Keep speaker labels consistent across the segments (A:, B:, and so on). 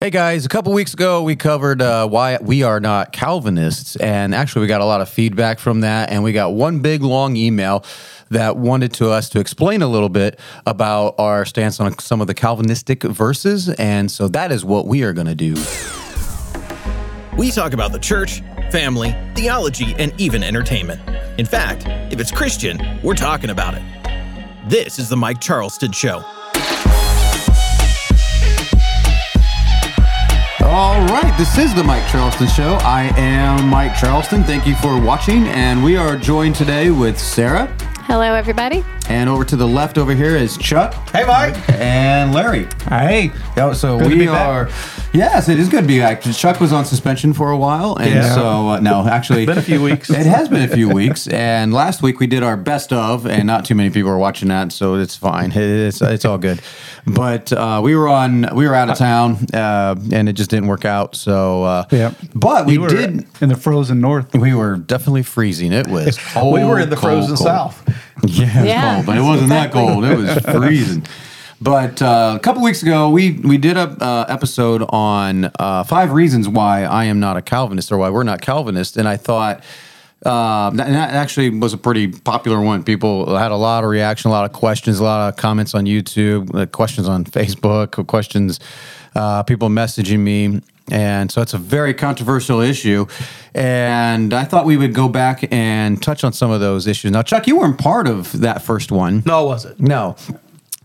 A: Hey guys, a couple weeks ago we covered uh, why we are not Calvinists, and actually we got a lot of feedback from that, and we got one big long email that wanted to us to explain a little bit about our stance on some of the Calvinistic verses, and so that is what we are going to do.
B: We talk about the church, family, theology, and even entertainment. In fact, if it's Christian, we're talking about it. This is the Mike Charleston Show.
A: All right, this is the Mike Charleston Show. I am Mike Charleston. Thank you for watching, and we are joined today with Sarah,
C: Hello, everybody.
A: and over to the left over here is Chuck.
D: Hey, Mike.
A: and Larry.
D: Hey.
A: Yeah, so
D: Good to
A: we
D: be back.
A: are. Yes, it is good to be back. Chuck was on suspension for a while, and
D: Yeah.
A: so uh, no, actually,
D: Been a few weeks.
A: It has been a few weeks, and last week we did our best of, and not too many people were watching that, so it's fine. It's it's all good. But uh, we were on, we were out of town, uh, and it just didn't work out. So, uh,
E: Yeah.
A: But we
E: were
A: did.
E: in the frozen north.
A: We were definitely freezing. It was.
D: we were in the
A: cold,
D: frozen
A: cold.
D: south.
A: Yeah, it was
C: Yeah,
A: cold, but it wasn't that cold. It was freezing. But uh, a couple weeks ago, we we did a uh, episode on uh, five reasons why I am not a Calvinist or why we're not Calvinist, and I thought. Uh, that, that actually was a pretty popular one. People had a lot of reaction, a lot of questions, a lot of comments on YouTube, uh, questions on Facebook, questions, uh, people messaging me. And so it's a very controversial issue. And I thought we would go back and touch on some of those issues. Now, Chuck, you weren't part of that first one.
D: No, was it?
A: No.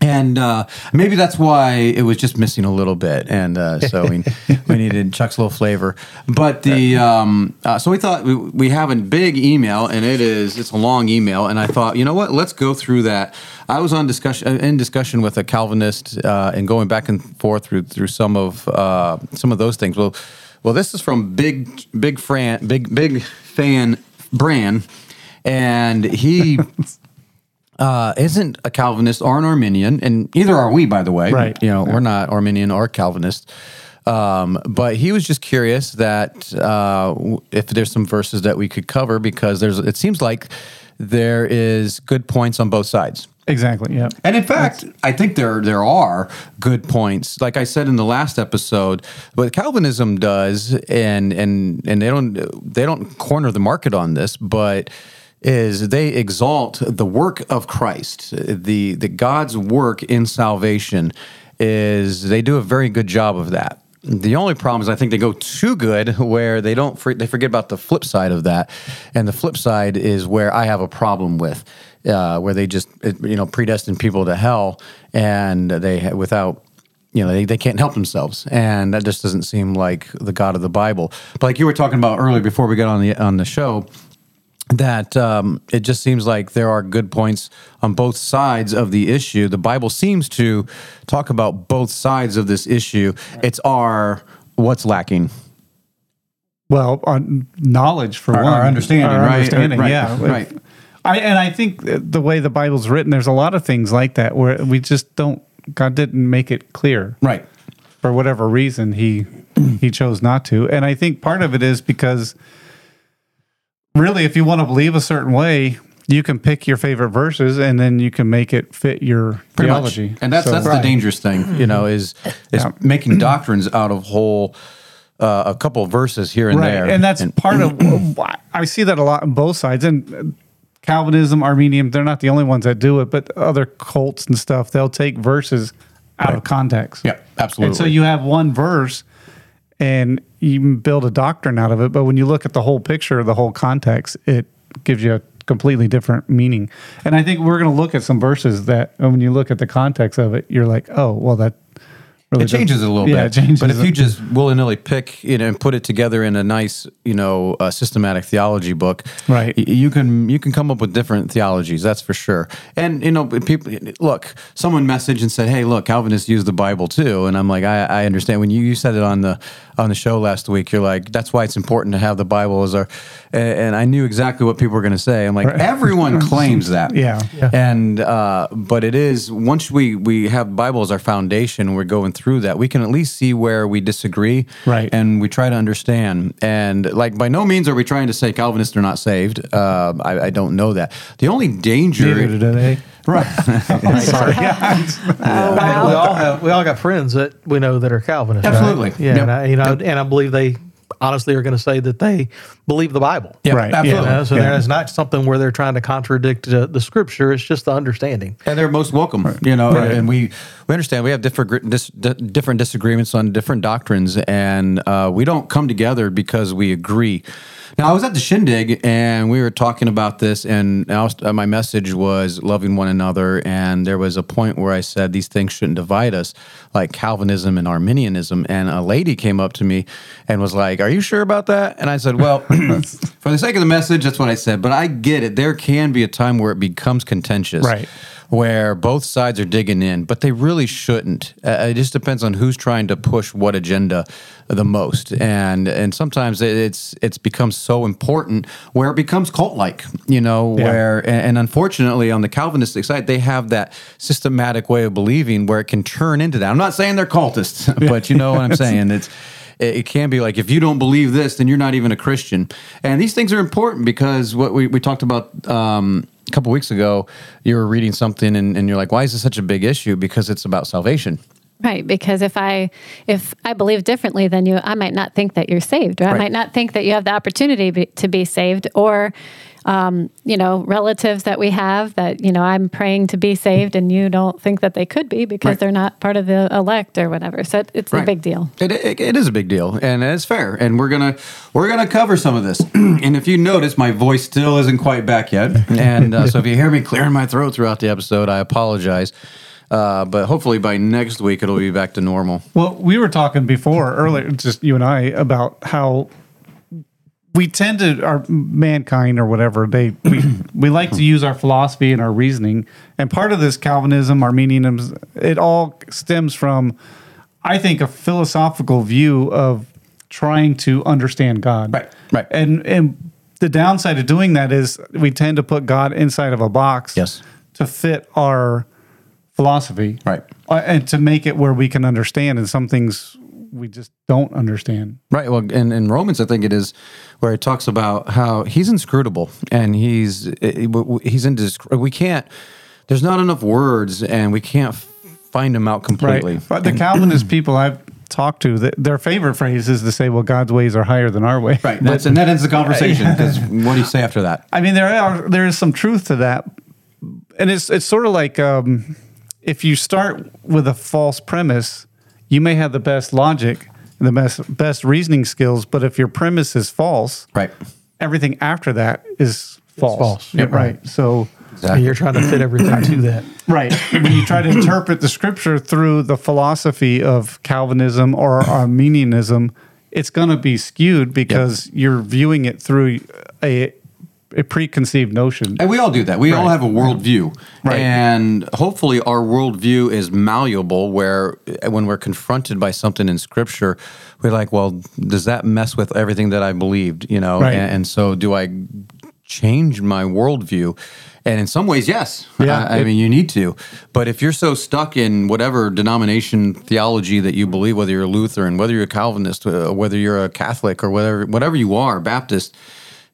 A: And uh, maybe that's why it was just missing a little bit, and uh, so we, we needed Chuck's little flavor. But the um, uh, so we thought we, we have a big email, and it is it's a long email, and I thought you know what, let's go through that. I was on discussion uh, in discussion with a Calvinist, uh, and going back and forth through through some of uh, some of those things. Well, well, this is from big big fan big big fan Bran, and he uh, isn't a Calvinist or an Arminian, and either are we, by the way.
E: Right.
A: You know, we're not Arminian or Calvinist. Um, but he was just curious that uh, w- if there's some verses that we could cover because there's it seems like there is good points on both sides.
E: Exactly. Yeah.
A: And in fact, I think there there are good points. Like I said in the last episode, what Calvinism does, and and and they don't they don't corner the market on this, but is they exalt the work of Christ, the the God's work in salvation. Is they do a very good job of that. The only problem is I think they go too good where they don't for, they forget about the flip side of that, and the flip side is where I have a problem with, uh, where they just it- you know predestine people to hell and they ha- without you know they, they can't help themselves and that just doesn't seem like the God of the Bible. But like you were talking about earlier before we got on the on the show, that um, it just seems like there are good points on both sides of the issue. The Bible seems to talk about both sides of this issue. It's our what's lacking.
E: Well, on knowledge for
A: Our-
E: one,
A: our understanding,
E: Our
A: right,
E: understanding,
A: right,
E: yeah,
A: right.
E: If- I and I think that the way the Bible's written, there's a lot of things like that where we just don't. God didn't make it clear,
A: Right.
E: for whatever reason he he chose not to and i think part of it is because really if you want to believe a certain way you can pick your favorite verses and then you can make it fit your
A: Pretty much.
E: theology
A: And that's
E: So-
A: that's the dangerous thing, you know, is is
E: Yeah.
A: making doctrines out of whole uh, a couple of verses here and
E: right
A: there.
E: and that's part of why- i see that a lot on both sides and calvinism armenian they're not the only ones that do it but other cults and stuff they'll take verses out of context
A: Yeah, absolutely.
E: and so you have one verse and you build a doctrine out of it but when you look at the whole picture the whole context it gives you a completely different meaning and i think we're going to look at some verses that and when you look at the context of it you're like oh well that really
A: it changes a
E: doesn't-
A: little bit.
E: yeah, it changes
A: but if
E: it.
A: you just willy nilly pick you know, and put it together in a nice, you know, uh, systematic theology book,
E: Right.
A: y- You can you can come up with different theologies. That's for sure. And you know, but people look. Someone messaged and said, "Hey, look, Calvinists use the Bible too." And I'm like, I, I understand. When you, you said it on the on the show last week, you're like, that's why it's important to have the Bible as our. And, and I knew exactly what people were going to say. I'm like, everyone claims that.
E: Yeah. Yeah.
A: And uh, but it is once we we have Bible as our foundation, we're going through that. We can at least see where we disagree,
E: Right.
A: And we try to understand. And like by no means are we trying to say Calvinists are not saved. Uh, I, I don't know that. The only danger
E: Neither do they. Right. I'm sorry. Yeah.
C: I mean, we all have we all got friends that we know that are Calvinists. right?
A: Absolutely.
C: Yeah.
A: Yep.
C: And I, you know, and I believe they honestly are going to say that they believe the Bible.
A: Yeah,
E: Right.
C: You
A: absolutely.
C: know, so
E: Yeah.
C: there is not something where they're trying to contradict uh, the scripture. It's just the understanding.
A: and they're most welcome you know and we we understand we have different dis, di- different disagreements on different doctrines and uh, we don't come together because we agree now i was at the shindig and we were talking about this and I was, uh, my message was loving one another and there was a point where i said these things shouldn't divide us like calvinism and arminianism and a lady came up to me and was like are you sure about that and i said well for the sake of the message that's what i said but i get it there can be a time where it becomes contentious
E: Right.
A: where both sides are digging in, but they really shouldn't. Uh, it just depends on who's trying to push what agenda the most, and and sometimes it- it's it's become so important where it becomes cult like, you know,
E: Yeah.
A: where and, and unfortunately on the Calvinistic side they have that systematic way of believing where it can turn into that. I'm not saying they're cultists, but you know what I'm saying. It's it it can be like if you don't believe this, then you're not even a Christian. And these things are important because what we, we talked about um, a couple weeks ago, you were reading something and, and you're like, why is this such a big issue? Because it's about salvation.
D: Right, because if I if I believe differently than you, I might not think that you're saved, or I
A: Right.
D: might not think that you have the opportunity be, to be saved, or um, you know, relatives that we have that you know I'm praying to be saved, and you don't think that they could be because
A: Right.
D: they're not part of the elect or whatever. So it, it's a
A: Right.
D: big deal.
A: It, it, it is a big deal, and it's fair. And we're gonna we're gonna cover some of this. and if you notice, my voice still isn't quite back yet. And uh, so if you hear me clearing my throat throughout the episode, I apologize. Uh, but hopefully by next week it'll be back to normal.
E: Well, we were talking before earlier, just you and I, about how we tend to our mankind or whatever they we, we like to use our philosophy and our reasoning, and part of this Calvinism, Arminianism, it all stems from, I think, a philosophical view of trying to understand God.
A: Right, right.
E: And and the downside of doing that is we tend to put God inside of a box.
A: Yes.
E: To fit our philosophy
A: Right.
E: uh, and to make it where we can understand and some things we just don't understand
A: Right. Well, in, in Romans, I think it is where it talks about how he's inscrutable and he's eh, he's indescri- We can't. There's not enough words, and we can't find him out completely.
E: but the calvinist people i've talked to th their favorite phrase is to say well god's ways are higher than our way
A: Right. That's, and that ends the conversation. Because what do you say after that?
E: i mean there are there is some truth to that and it's it's sort of like um, if you start with a false premise you may have the best logic and the best best reasoning skills but if your premise is false
A: Right.
E: everything after that is false,
C: false.
E: Yeah, right so
C: And you're trying to fit everything to that.
E: Right. when you try to interpret the scripture through the philosophy of Calvinism or Arminianism, it's going to be skewed because you're viewing it through a, a preconceived notion.
A: And we all do that. We all
E: Right.
A: have a worldview.
E: Right.
A: And hopefully our worldview is malleable where uh, when we're confronted by something in scripture, we're like, well, does that mess with everything that I believed? You know?
E: Right.
A: And, and so do I change my worldview? And in some ways, yes.
E: Yeah,
A: I, I
E: it-
A: mean, you need to. But if you're so stuck in whatever denomination theology that you believe, whether you're Lutheran, whether you're a Calvinist, uh, whether you're a Catholic, or whatever whatever you are, Baptist,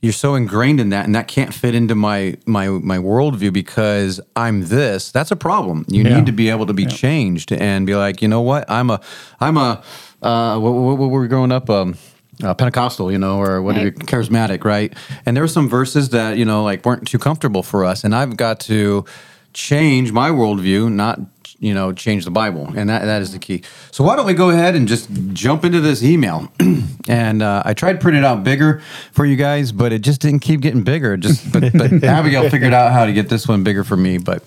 A: you're so ingrained in that, and that can't fit into my my my worldview because I'm this. That's a problem. You
E: Yeah.
A: need to be able to be changed and be like, you know what? I'm a I'm a uh, what, what, what were we growing up? Um, uh, Pentecostal, you know, or whatever,
D: Right.
A: charismatic, right? And there were some verses that you know like weren't too comfortable for us, and I've got to change my worldview, not you know change the Bible, and that that is the key. So why don't we go ahead and just jump into this email? and uh, I tried printing it out bigger for you guys, but it just didn't keep getting bigger. It Just but, but Abigail figured out how to get this one bigger for me, but.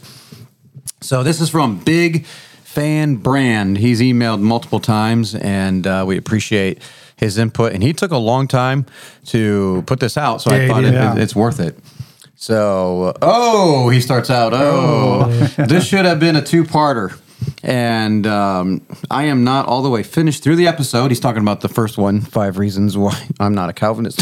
A: So this is from Big Fan Brand. He's emailed multiple times, and uh, we appreciate his input. And he took a long time to put this out, so
C: Yeah,
A: I
C: he
A: thought
C: did.
A: it,
E: Yeah.
A: it's worth it. So, oh, he starts out. Oh, this should have been a two-parter. And um, I am not all the way finished through the episode. He's talking about the first one, five reasons why I'm not a Calvinist.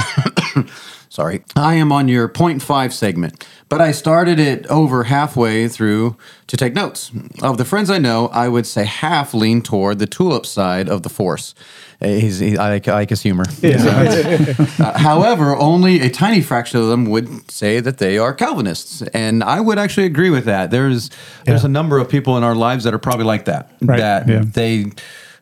A: Sorry. I am on your point five segment, but I started it over halfway through to take notes. Of the friends I know, I would say half lean toward the tulip side of the force. Uh, He's, he, I, like, I like his humor. Uh, however, only a tiny fraction of them would say that they are Calvinists, and I would actually agree with that. There's there's a number of people in our lives that are probably like that.
E: Right,
A: That
E: yeah.
A: they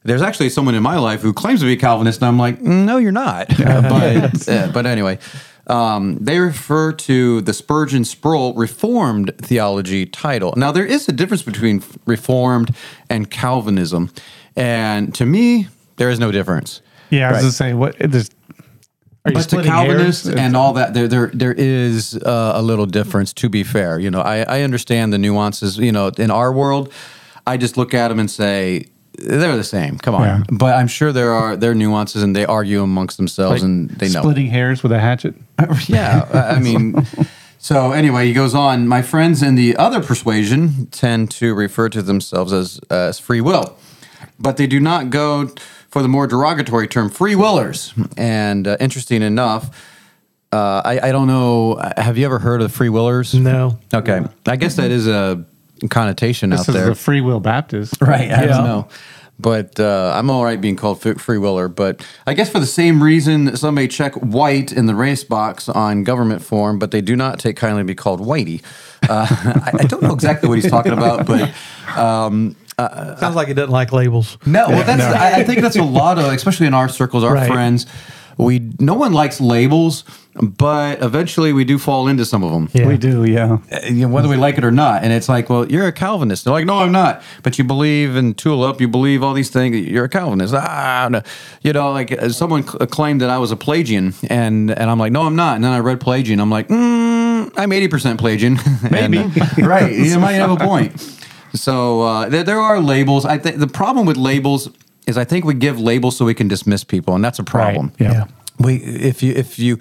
A: there's actually someone in my life who claims to be a Calvinist, and I'm like, "Mm, no, you're not. but uh, but anyway. Um, they refer to the Spurgeon Sproul Reformed theology title. Now, there is a difference between Reformed and Calvinism, and to me, there is no difference
E: Yeah, I was just saying what there's are
A: but
E: you
A: to
E: splitting hairs?
A: Calvinists
E: It's-
A: and all that, there there there is uh, a little difference. To be fair, you know, I, I understand the nuances. You know, in our world, I just look at them and say they're the same. Come on,
E: Yeah.
A: but I'm sure there are there are nuances, and they argue amongst themselves, and they know.
E: splitting hairs with a hatchet.
A: Yeah, I I mean, so anyway, he goes on. My friends in the other persuasion tend to refer to themselves as as free will, but they do not go for the more derogatory term free willers. And uh, interesting enough, uh, I, I don't know. Have you ever heard of free willers?
C: No.
A: Okay, I guess that is a connotation
E: This
A: out
E: is
A: there.
E: the free will Baptist.
A: Right. I
C: Yeah.
A: don't know. But uh, I'm all right being called f- free willer. But I guess for the same reason, that some may check white in the race box on government form, but they do not take kindly to be called whitey. Uh, I, I don't know exactly what he's talking about, but um,
C: Sounds like he doesn't like labels.
A: no, well, that's I, I think that's a lot of, especially in our circles, our
C: Right.
A: friends. We no one likes labels, but eventually we do fall into some of them
C: Yeah.
E: We do, yeah.
A: you know, whether we like it or not. And it's like, well, you're a Calvinist. They're like, no, I'm not. But you believe in tulip. You believe all these things. You're a Calvinist. Ah, no. you know, like uh, someone cl- claimed that I was a Pelagian, and and I'm like, no, I'm not. And then I read Pelagian. I'm like, mm, I'm 80 percent Pelagian. Maybe right. You might have a point. So uh, there, there are labels. I think the problem with labels is I think we give labels so we can dismiss people, and that's a problem
E: Yeah.
A: we if you if you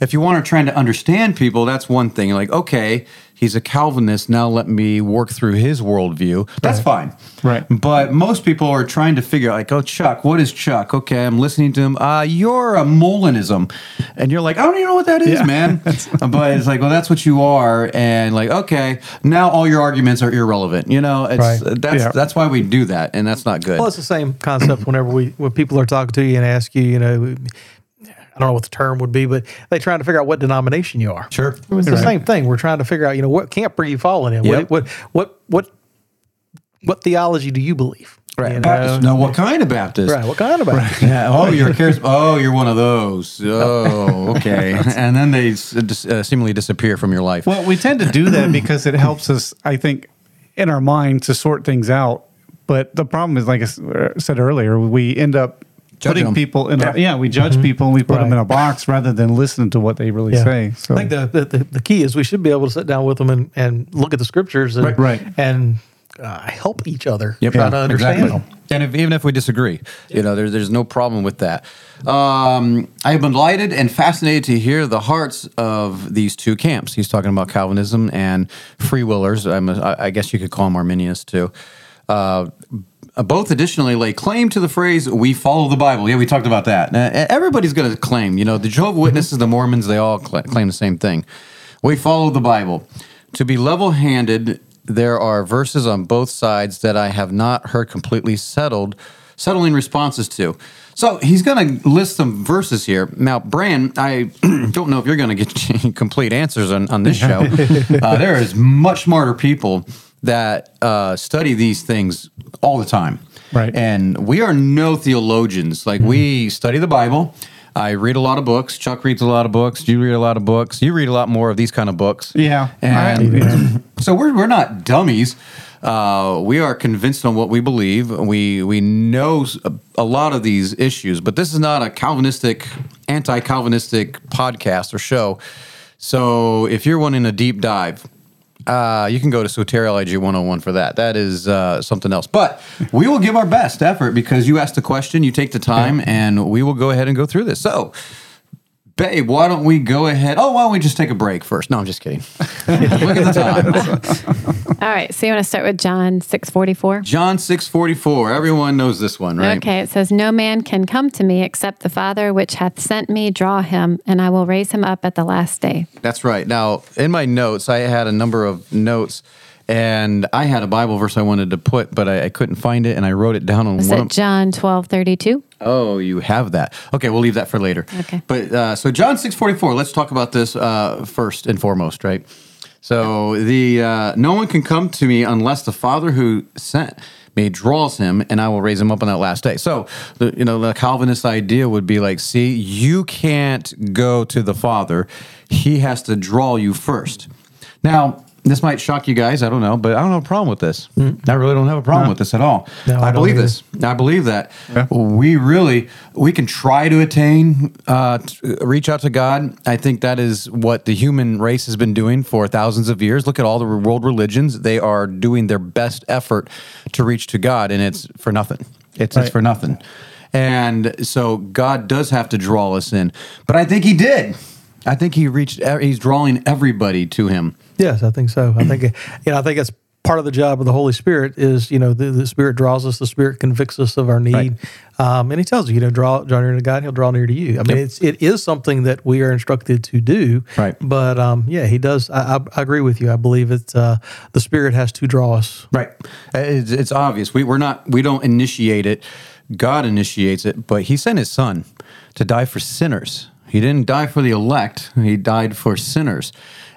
A: if you want to try to understand people, that's one thing. Like, okay, he's a Calvinist. Now let me work through his worldview. That's fine.
E: Right.
A: But most people are trying to figure out, like, oh, Chuck, what is Chuck? Okay, I'm listening to him. Uh, you're a Molinism. And you're like, I don't even know what that is,
E: Yeah.
A: man. but it's like, well, that's what you are. And like, okay, now all your arguments are irrelevant. You know, it's
C: Right.
A: that's
E: Yeah.
A: that's why we do that. And that's not good.
C: Well, it's the same concept whenever we when people are talking to you and ask you, you know, I don't know what the term would be, but they trying to figure out what denomination you are.
A: sure.
C: It was the same thing. We're trying to figure out, you know, what camp are you falling in?
A: Yep.
C: What, what what what what theology do you believe?
A: Right.
C: You
A: Baptist.
C: know?
A: Now, what kind of Baptist?
C: Right. What kind of Baptist?
A: Yeah. Oh, you're a charis- Oh, you're one of those. Oh, okay. and then they s- dis- uh, seemingly disappear from your life.
E: Well, we tend to do that because it helps us, I think, in our mind to sort things out. But the problem is, like I s- er, said earlier, we end up
A: Judge Mm-hmm.
E: putting
A: 'em.
E: people in. A, yeah, we judge people and we put them
C: Right.
E: in a box rather than listening to what they really
C: Yeah.
E: say. So
C: I think the, the, the, the key is we should be able to sit down with them and, and look at the scriptures and
E: Right, right.
C: and uh, help each other
A: Yep.
C: try to
A: Yeah,
C: understand
A: exactly.
C: them.
A: And if, even if we disagree, you know, there, there's no problem with that. Um, I have been delighted and fascinated to hear the hearts of these two camps. He's talking about Calvinism and free willers. I'm a, I I guess you could call them Arminians too. Uh, both additionally lay claim to the phrase "we follow the Bible." Yeah, we talked about that. Now, e- everybody's going to claim, you know, the Jehovah Witnesses, the Mormons, they all cla claim the same thing. We follow the Bible. To be level handed, there are verses on both sides that I have not heard completely settled, settling responses to. So he's going to list some verses here. Now, Bran, I don't know if you're going to get complete answers on, on this show. uh, there is much smarter people that uh, study these things all the time.
E: Right.
A: And we are no theologians. Like, we study the Bible. I read a lot of books. Chuck reads a lot of books. You read a lot of books. You read a lot more of these kind of books.
E: Yeah.
A: And
E: I- yeah.
A: so we're, we're not dummies. Uh, we are convinced on what we believe. We we know s- a, a lot of these issues, but this is not a Calvinistic, anti-Calvinistic podcast or show. So if you're wanting a deep dive, uh, you can go to Soteriology 101 for that. That is uh, something else. But we will give our best effort because you asked the question, you take the time, and we will go ahead and go through this. So babe, why don't we go ahead? Oh, why don't we just take a break first? No, I'm just kidding. Look at the time.
D: All right. So you want to start with John 644?
A: John 644. Everyone knows this one, right?
D: Okay, it says, No man can come to me except the Father which hath sent me draw him, and I will raise him up at the last day.
A: That's right. Now, in my notes, I had a number of notes, and I had a Bible verse I wanted to put, but I, I couldn't find it, and I wrote it down on
D: Is
A: one.
D: it
A: of-
D: John twelve thirty two?
A: oh, you have that. Okay, we'll leave that for later.
D: Okay.
A: But uh, so John six forty four. Let's talk about this uh, first and foremost, right? So the uh, no one can come to me unless the Father who sent me draws him, and I will raise him up on that last day. So the, you know the Calvinist idea would be like, see, you can't go to the Father; he has to draw you first. Now. This might shock you guys. I don't know, but I don't have a problem with this. I really don't have a problem with this at all.
C: No, I
A: I,
C: don't
A: believe
C: either.
A: this. I believe that we really we can try to attain, uh, t- reach out to God. I think that is what the human race has been doing for thousands of years. Look at all the world religions; they are doing their best effort to reach to God, and it's for nothing. It's it's
E: Right.
A: for nothing. And so God does have to draw us in, but I think He did. I think He reached. e, He's drawing everybody to Him.
C: Yes, I think so. I think you know, I think that's part of the job of the Holy Spirit is you know the, the Spirit draws us, the Spirit convicts us of our need, um, and He tells you you know draw draw near to God, He'll draw near to you. I mean, it's it is something that we are instructed to do,
A: Right.
C: But um, yeah, He does. I, I, I agree with you. I believe it's uh, the Spirit has to draw us.
A: Right. Uh, It's, it's obvious. We, we're not, we don't initiate it. God initiates it, but he sent his son to die for sinners. He didn't die for the elect. He died for sinners.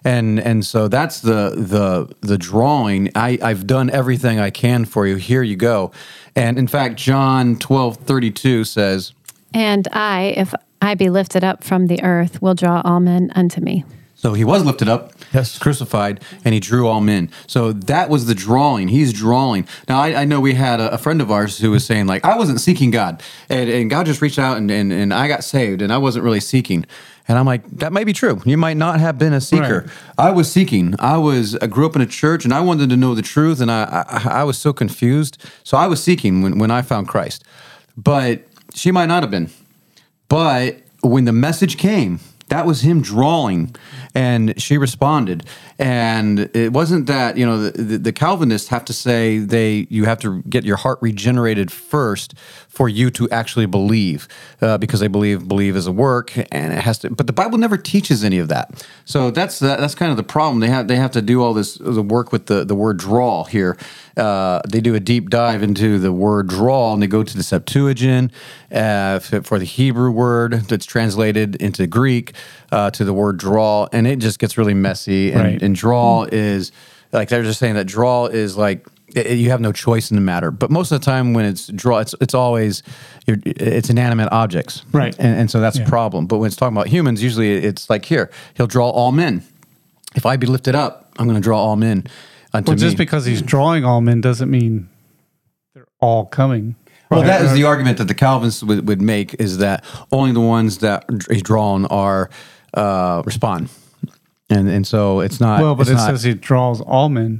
A: And, and so that's the, the, the drawing. I, I've done everything I can for you. Here you go. And in fact, John twelve thirty two says,
D: And I, if I be lifted up from the earth, will draw all men unto me.
A: So he was lifted up,
C: Yes.
A: crucified, and he drew all men. So that was the drawing. He's drawing. Now I, I know we had a, a friend of ours who was saying like I wasn't seeking God, and, and God just reached out and, and and I got saved, and I wasn't really seeking. And I'm like, that may be true. You might not have been a seeker. I was seeking. I was. I grew up in a church, and I wanted to know the truth, and I I, I was so confused. So I was seeking when when I found Christ, but she might not have been. But when the message came, that was him drawing, and she responded. And it wasn't that you know the, the, the Calvinists have to say they you have to get your heart regenerated first for you to actually believe, uh, because they believe believe is a work, and it has to. But the Bible never teaches any of that. So that's that, that's kind of the problem. They have they have to do all this the work with the the word draw here. Uh, they do a deep dive into the word draw, and they go to the Septuagint uh, f- for the Hebrew word that's translated into Greek uh, to the word draw, and it just gets really messy. And,
E: Right.
A: and draw is like they're just saying that draw is like i- you have no choice in the matter. But most of the time, when it's draw, it's it's always you're, it's inanimate objects,
E: Right.
A: And, and so that's a
E: Yeah.
A: problem. But when it's talking about humans, usually it's like here, he'll draw all men. If I be lifted up, I'm going to draw all men. Unto
E: Well, just
A: me.
E: because he's drawing all men doesn't mean they're all coming.
A: Well, that is the argument that the Calvinists would, would make is that only the ones that he's drawn are uh, respond, and and so it's not.
E: Well, but
A: it's
E: it
A: not-
E: says he draws all men.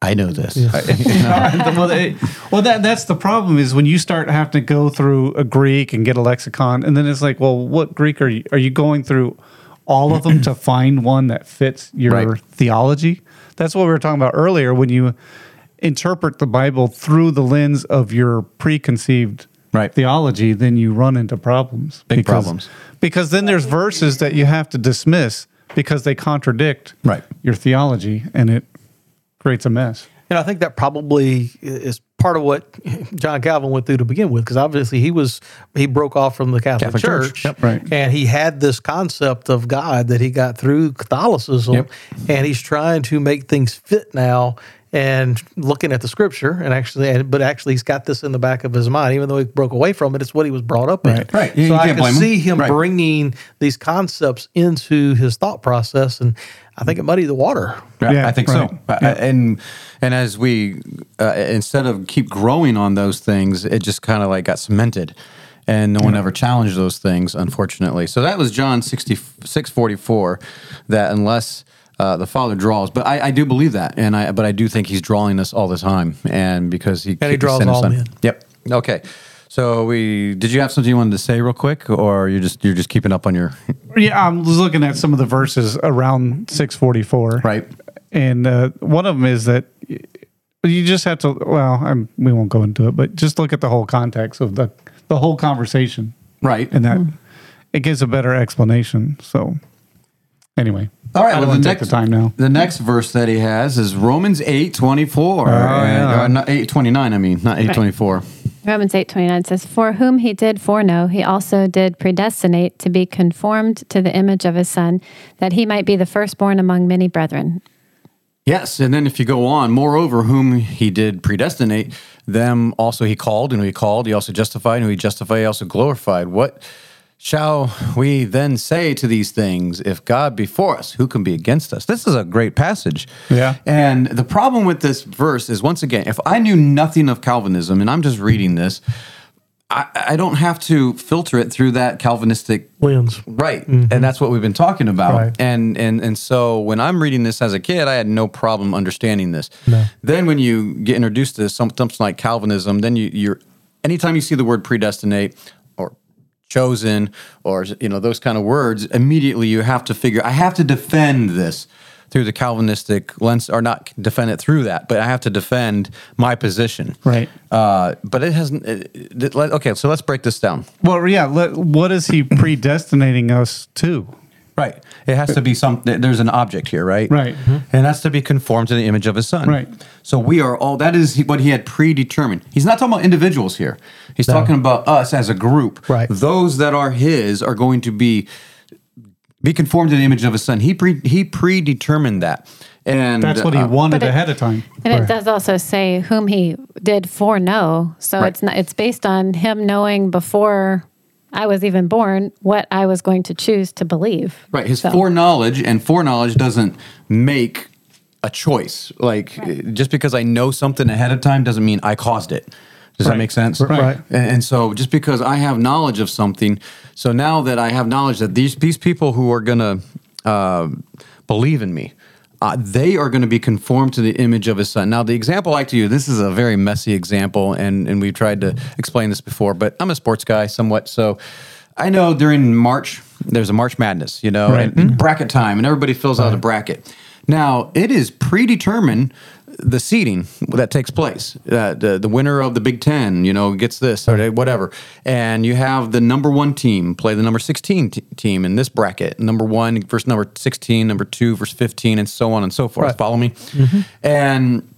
A: I know this.
E: well, they- well, that that's the problem is when you start having to go through a Greek and get a lexicon, and then it's like, well, what Greek are you are you going through all of them to find one that fits your
A: Right.
E: theology? That's what we were talking about earlier when you interpret the Bible through the lens of your preconceived
A: Right.
E: theology, then you run into problems.
A: Big problems.
E: Because then there's verses that you have to dismiss because they contradict
A: Right.
E: your theology and it creates a mess.
C: And I think that probably is part of what John Calvin went through to begin with, because obviously he was he broke off from the Catholic,
A: Catholic Church.
C: Church,
A: Yep,
E: right.
C: and he had this concept of God that he got through Catholicism,
A: Yep.
C: and he's trying to make things fit now. And looking at the scripture, and actually, and- but actually, he's got this in the back of his mind, even though he broke away from it. It's what he was brought up in.
A: Right. You- you
C: So I
A: can't
C: can
A: blame him.
C: see him
A: Right.
C: bringing these concepts into his thought process, and I think it muddied the water.
A: Yeah,
E: Yeah,
A: I think so.
E: right.
A: Uh, And and as we uh, instead of keep growing on those things, it just kind of like got cemented, and no one ever challenged those things, unfortunately. So that was John 60, 644, that unless. Uh, the father draws, but I, I do believe that, and I but I do think he's drawing us all the time, and because he
C: And he draws
A: sent his
C: all
A: son.
C: men.
A: Yep. Okay. So we did you have something you wanted to say real quick, or you're just you're just keeping up on your
E: Yeah, I'm just looking at some of the verses around 644.
A: Right.
E: And uh, one of them is that y- you just have to, well, I'm, we won't go into it, but just look at the whole context of the, the whole conversation.
A: right?
E: And that it gives a better explanation. So, anyway.
A: All right.
E: I don't
A: well,
E: want
A: the
E: to
A: next
E: take the time now.
A: The next verse that he has is Romans eight twenty four.
E: Oh, yeah.
A: not eight twenty nine. I mean, not eight twenty four.
D: Romans eight twenty nine says, For whom he did foreknow, he also did predestinate to be conformed to the image of his son, that he might be the firstborn among many brethren.
A: Yes, and then if you go on, moreover, whom he did predestinate, them also he called, and who he called, he also justified, and who he justified, he also glorified. What shall we then say to these things? If God be for us, who can be against us? This is a great passage.
E: Yeah.
A: And the problem with this verse is once again, if I knew nothing of Calvinism and I'm just reading this, I, I don't have to filter it through that Calvinistic
C: Lens.
A: Right. And that's what we've been talking about.
E: Mm-hmm. Right.
A: And and and so when I'm reading this as a kid, I had no problem understanding this. Then when you get introduced to some- something like Calvinism, then you, you're anytime you see the word predestinate or chosen or you know those kind of words, immediately you have to figure I have to defend this through the Calvinistic lens or not defend it through that, but I have to defend my position.
E: Right.
A: Uh, but it hasn't it, it, let- okay, so let's break this down.
E: Well, yeah. Let, what is he predestinating us to?
A: Right. It has to be something. There's an object here, right?
E: Right. Mhm.
A: And that's to be conformed to the image of his son.
E: Right.
A: So we are all. That is what he had predetermined. He's not talking about individuals here. He's talking about us as a group.
C: Right.
A: Those that are his are going to be be conformed to the image of his son. He pre he predetermined that, and
E: That's what he
A: uh,
E: wanted
D: but it-
E: ahead of time.
D: And it does also say whom he did foreknow. So
A: Right.
D: it's not, it's based on him knowing before I was even born what I was going to choose to believe.
A: Right. His
D: So-
A: foreknowledge and foreknowledge doesn't make a choice. Like just because I know something ahead of time doesn't mean I caused it. Does that
E: Right.
A: make sense?
E: Right.
A: And, and so just because I have knowledge of something, so now that I have knowledge that these these people who are gonna uh, believe in me. Uh, they are going to be conformed to the image of his son. Now, the example I like to use, this is a very messy example, and, and we've tried to explain this before, but I'm a sports guy somewhat. So I know during March, there's a March Madness, you know,
E: Right.
A: and bracket time, and everybody fills out a bracket. Now, it is predetermined the seeding that takes place. Uh, the, the winner of the Big Ten, you know, gets this or whatever. And you have the number one team play the number 16 t- team in this bracket. Number one versus number 16, number two versus 15, and so on and so forth. Follow me? And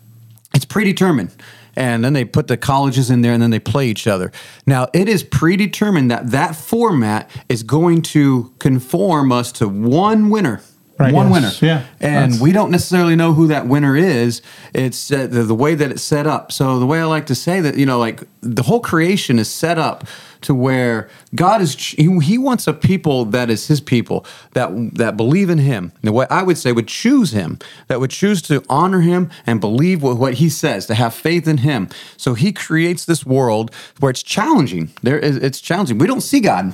A: it's predetermined. And then they put the colleges in there and then they play each other. Now, it is predetermined that that format is going to conform us to one winner.
E: Right,
A: one
E: yes.
A: winner.
E: Yeah,
A: And
E: that's-
A: we don't necessarily know who that winner is. It's uh, the, the way that it's set up. So, the way I like to say that, you know, like the whole creation is set up to where God is, ch- he, he wants a people that is his people, that that believe in him. The way I would say would choose him, that would choose to honor him and believe what, what he says, to have faith in him. So he creates this world where it's challenging. There is, it's challenging. We don't see God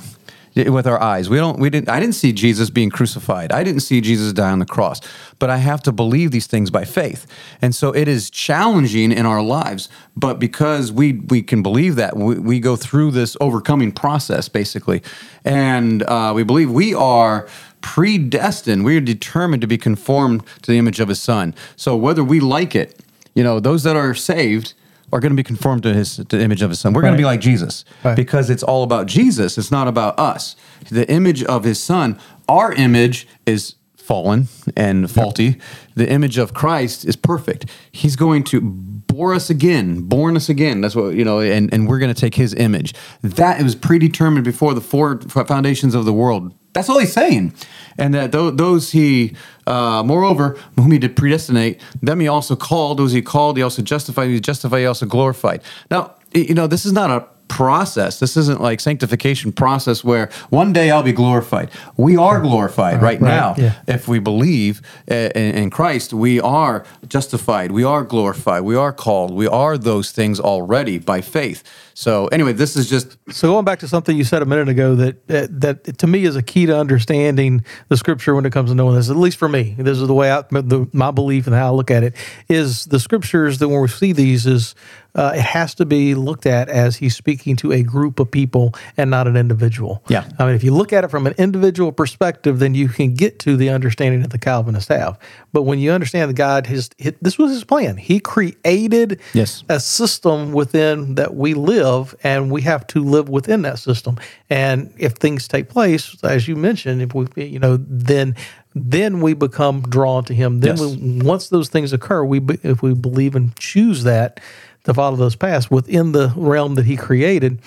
A: with our eyes. We don't we didn't I didn't see Jesus being crucified. I didn't see Jesus die on the cross. But I have to believe these things by faith. And so it is challenging in our lives, but because we we can believe that we, we go through this overcoming process basically. And uh, we believe we are predestined. We are determined to be conformed to the image of his son. So whether we like it, you know, those that are saved are going to be conformed to his to the image of his son. We're going to be like Jesus because it's all about Jesus. It's not about us. The image of his son, our image is fallen and faulty. The image of Christ is perfect. He's going to bore us again, born us again. That's what, you know, and, and we're going to take his image. That was predetermined before the four foundations of the world. That's all he's saying. And that tho- those he, uh, moreover, whom he did predestinate, them he also called. Those he called, he also justified. He justified, he also glorified. Now, y- you know, this is not a process. This isn't like sanctification process where one day I'll be glorified. We are glorified right, now.
C: yeah.
A: If we believe uh, in in Christ, we are justified. We are glorified. We are called. We are those things already by faith. So anyway, this is just
C: So going back to something you said a minute ago that, that that to me is a key to understanding the scripture when it comes to knowing this. At least for me, this is the way I the, my belief and how I look at it is the scriptures that when we see these is uh, it has to be looked at as he's speaking to a group of people and not an individual.
A: Yeah.
C: I mean, if you look at it from an individual perspective, then you can get to the understanding that the Calvinists have. But when you understand that God, his, his this was his plan. He created
A: Yes.
C: a system within that we live, and we have to live within that system. And if things take place, as you mentioned, if we, you know, then then we become drawn to Him. Then
A: Yes.
C: we, once those things occur, we be- if we believe and choose that to follow those paths within the realm that He created,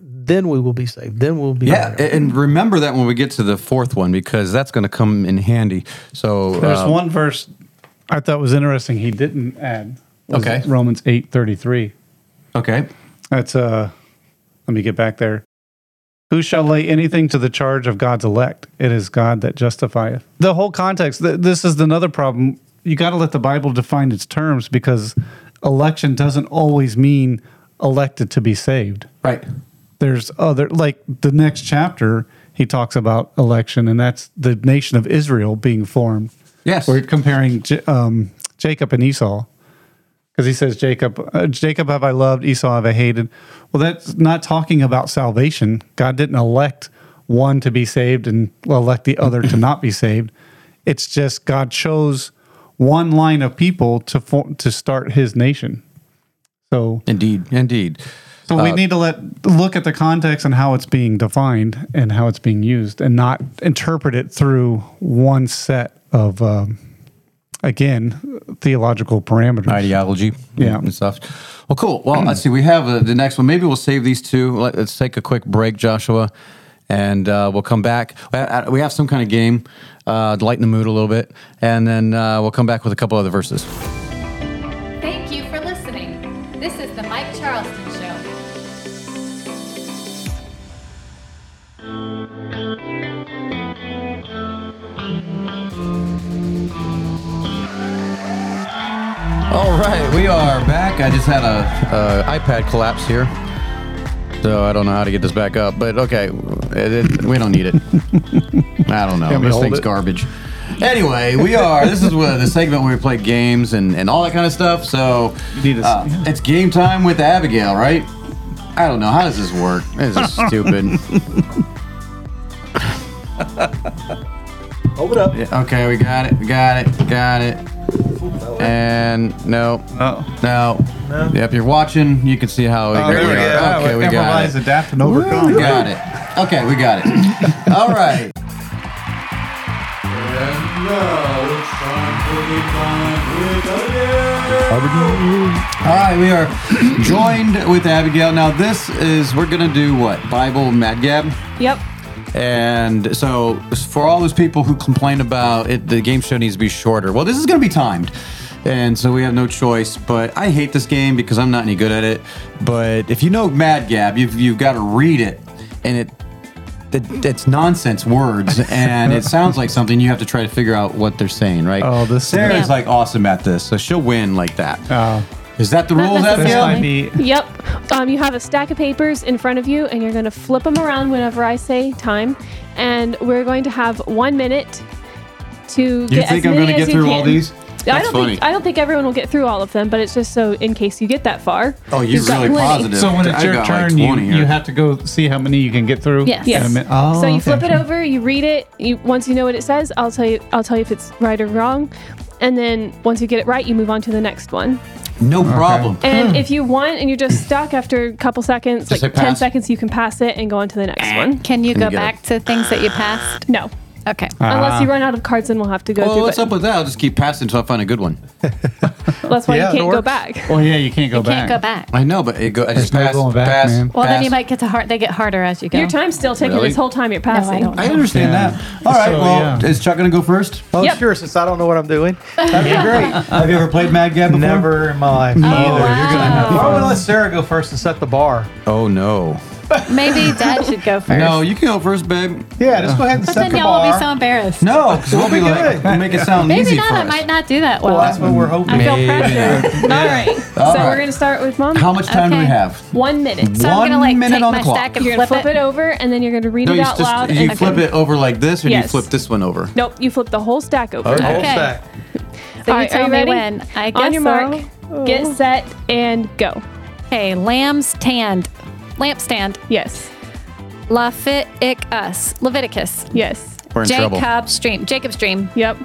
C: then we will be saved. Then we'll be
A: Yeah, a- and remember that when we get to the fourth one because that's going to come in handy. So
E: There's
A: uh,
E: one verse I thought was interesting he didn't add. was
A: Okay.
E: Romans eight thirty three.
A: okay,
E: That's uh let me get back there. Who shall lay anything to the charge of God's elect? It is God that justifieth. The whole context, th- this is another problem. You got to let the Bible define its terms because election doesn't always mean elected to be saved.
A: right,
E: There's other, like the next chapter, he talks about election, and that's the nation of Israel being formed.
A: yes,
E: We're comparing J- um, Jacob and Esau because he says Jacob, uh, Jacob have I loved, Esau have I hated. Well, that's not talking about salvation. God didn't elect one to be saved and elect the other to not be saved. It's just God chose one line of people to form, to start His nation. So,
A: indeed, indeed.
E: so
A: Uh,
E: we need to let look at the context and how it's being defined and how it's being used, and not interpret it through one set of, um, again, theological parameters.
A: ideology
E: Yeah.
A: and stuff. Well, cool. Well, let's see. We have uh, the next one. Maybe we'll save these two. Let, us take a quick break, Joshua, and uh, we'll come back. We ha- We have some kind of game, uh, to lighten the mood a little bit, and then uh, we'll come back with a couple other verses.
F: Thank you for listening. This is the Mike Charleston Show.
A: All right, we are back. I just had a uh, iPad collapse here, so I don't know how to get this back up. But okay, it, it, we don't need it. I don't know.
E: me to
A: This
E: hold
A: thing's
E: it?
A: garbage. Anyway, we are. This is where the segment where we play games and, and all that kind of stuff. So
E: You need a-
A: uh, it's game time with Abigail, right? I don't know. How does this work? This is stupid.
C: Open up.
A: Yeah, okay, we got it. We got it. Got it. And no.
E: Oh.
A: No.
C: No.
A: Yep, you're watching. You can see how.
E: Oh, there we go.
A: Okay, we got
E: Improvise,
A: it.
E: adapt, and overcome.
A: Got it. Okay, we got it. All right. All right, we are joined with Abigail. Now, this is, we're going to do what? Bible Mad Gab?
D: Yep.
A: And so, for all those people who complain about it, the game show needs to be shorter. Well, this is going to be timed. And so we have no choice, but I hate this game because I'm not any good at it. But if you know Mad Gab, you've, you've got to read it, and it, it it's nonsense words, and it sounds like something you have to try to figure out what they're saying, right?
E: Oh, this-
A: Sarah's
D: Yeah.
A: like awesome at this, so she'll win like that. Is
E: Uh,
A: that the
D: Not
A: rules,
D: necessarily.
A: Abigail?
E: might be
G: Yep. Um, you have a stack of papers in front of you, and you're going to flip them around whenever I say time. And we're going to have one minute to
A: You
G: get
A: think
G: as
A: I'm
G: many
A: going to
G: as
A: get
G: you
A: through
G: can.
A: all these?
G: I
A: That's
G: don't
A: funny.
G: think I don't think everyone will get through all of them, but it's just so in case you get that far.
A: oh, you're
G: you've got
A: really
G: plenty.
A: positive.
E: So when it's
A: I've
E: your
A: got like
E: turn,
A: 20
E: you,
A: here.
E: you have to go see how many you can get through.
G: Yes.
E: in a
G: Yes.
E: minute. Oh,
G: so you
E: okay.
G: flip it over, you read it. You once you know what it says, I'll tell you. I'll tell you if it's right or wrong, and then once you get it right, you move on to the next one.
A: no problem.
G: And if you want, and you're just stuck after a couple
A: Just
G: seconds, like
A: say
G: ten
A: pass. Eh.
G: seconds, you can pass it and go on to the next one.
D: Can you
A: Can
D: go
A: you get
D: back
A: it?
D: to things that you passed?
G: No,
D: Okay.
G: unless you run out of cards, then we'll have to go
A: Ah. Well,
G: through.
A: what's
G: but
A: up with that? I'll just keep passing until I find a good one.
G: That's why
E: Yeah, it
G: you can't go
E: works.
G: back.
E: Well, Oh, yeah, you can't go
D: Can't
E: back.
D: go back.
A: I know, but it go, I just
E: no
A: pass,
E: going back,
A: pass,
E: man.
D: Well, then
A: pass.
D: you might get to hard. They get harder as you go. Oh,
G: Your time's still taking
A: Really?
G: this whole time you're
D: I
G: passing.
D: don't.
A: I understand
E: Yeah.
A: that. All right.
E: So,
A: well,
E: yeah.
A: is Chuck going to go first?
C: Oh,
G: Yep.
C: sure. Since I don't know what I'm doing, that'd be great.
A: Have you ever played Mad Gab before?
C: Never in my life.
D: Oh, wow.
C: Why would I let Sarah go first and set the bar?
A: Oh no.
D: Maybe Dad should go first.
A: No, you can go first, babe.
C: Yeah, just go ahead and
D: But
C: set
D: then
C: the
D: y'all will
C: bar.
D: be so embarrassed.
A: No, because we'll be like,
C: good.
A: we'll make it sound
D: Maybe
A: easy
D: not.
A: for
D: I
A: us.
D: might not do that well.
C: well, that's what we're hoping.
G: I feel
A: Maybe
G: pressure. All right. So
A: All right.
G: we're gonna start with mom.
A: How much time do we
D: Okay.
A: have?
G: One minute.
D: so I'm
A: One
D: gonna like
A: minute
D: take
A: on the
D: my
A: clock.
D: stack and
G: You're gonna
D: flip,
G: flip it over, and then you're gonna read
A: No,
G: it
A: you
G: out
A: just
G: loud.
A: you
G: and
A: flip it over like this, or you
G: Yes.
A: flip this one over.
G: Nope, you flip the whole stack over.
C: Whole
D: Okay.
C: stack.
D: So you
G: All right,
D: tell
G: are you
D: me
G: ready?
D: when. I guess
G: On your
D: so.
G: mark, Get set and go.
D: Okay, lamb's tanned. Lampstand.
G: Yes.
D: Leviticus. Leviticus.
G: Yes.
A: We're in trouble.
D: Jacob's dream. Jacob's dream.
G: Yep.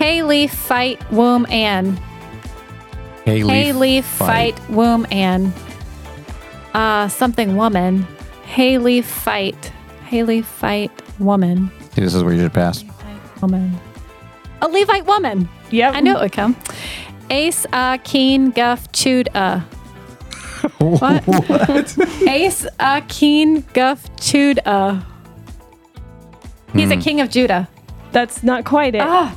D: Haley fight womb Ann.
A: Haley,
D: Haley fight womb Ann. Uh, something woman. Haley fight. Haley fight woman.
A: See, This is where you should pass.
D: Woman. A Levite woman.
G: Yep.
D: I knew it would come. Ace, uh, keen, guff, chewed, uh. What? Ace, uh, keen, guff, chewed, uh. He's a king of Judah.
G: That's not quite it.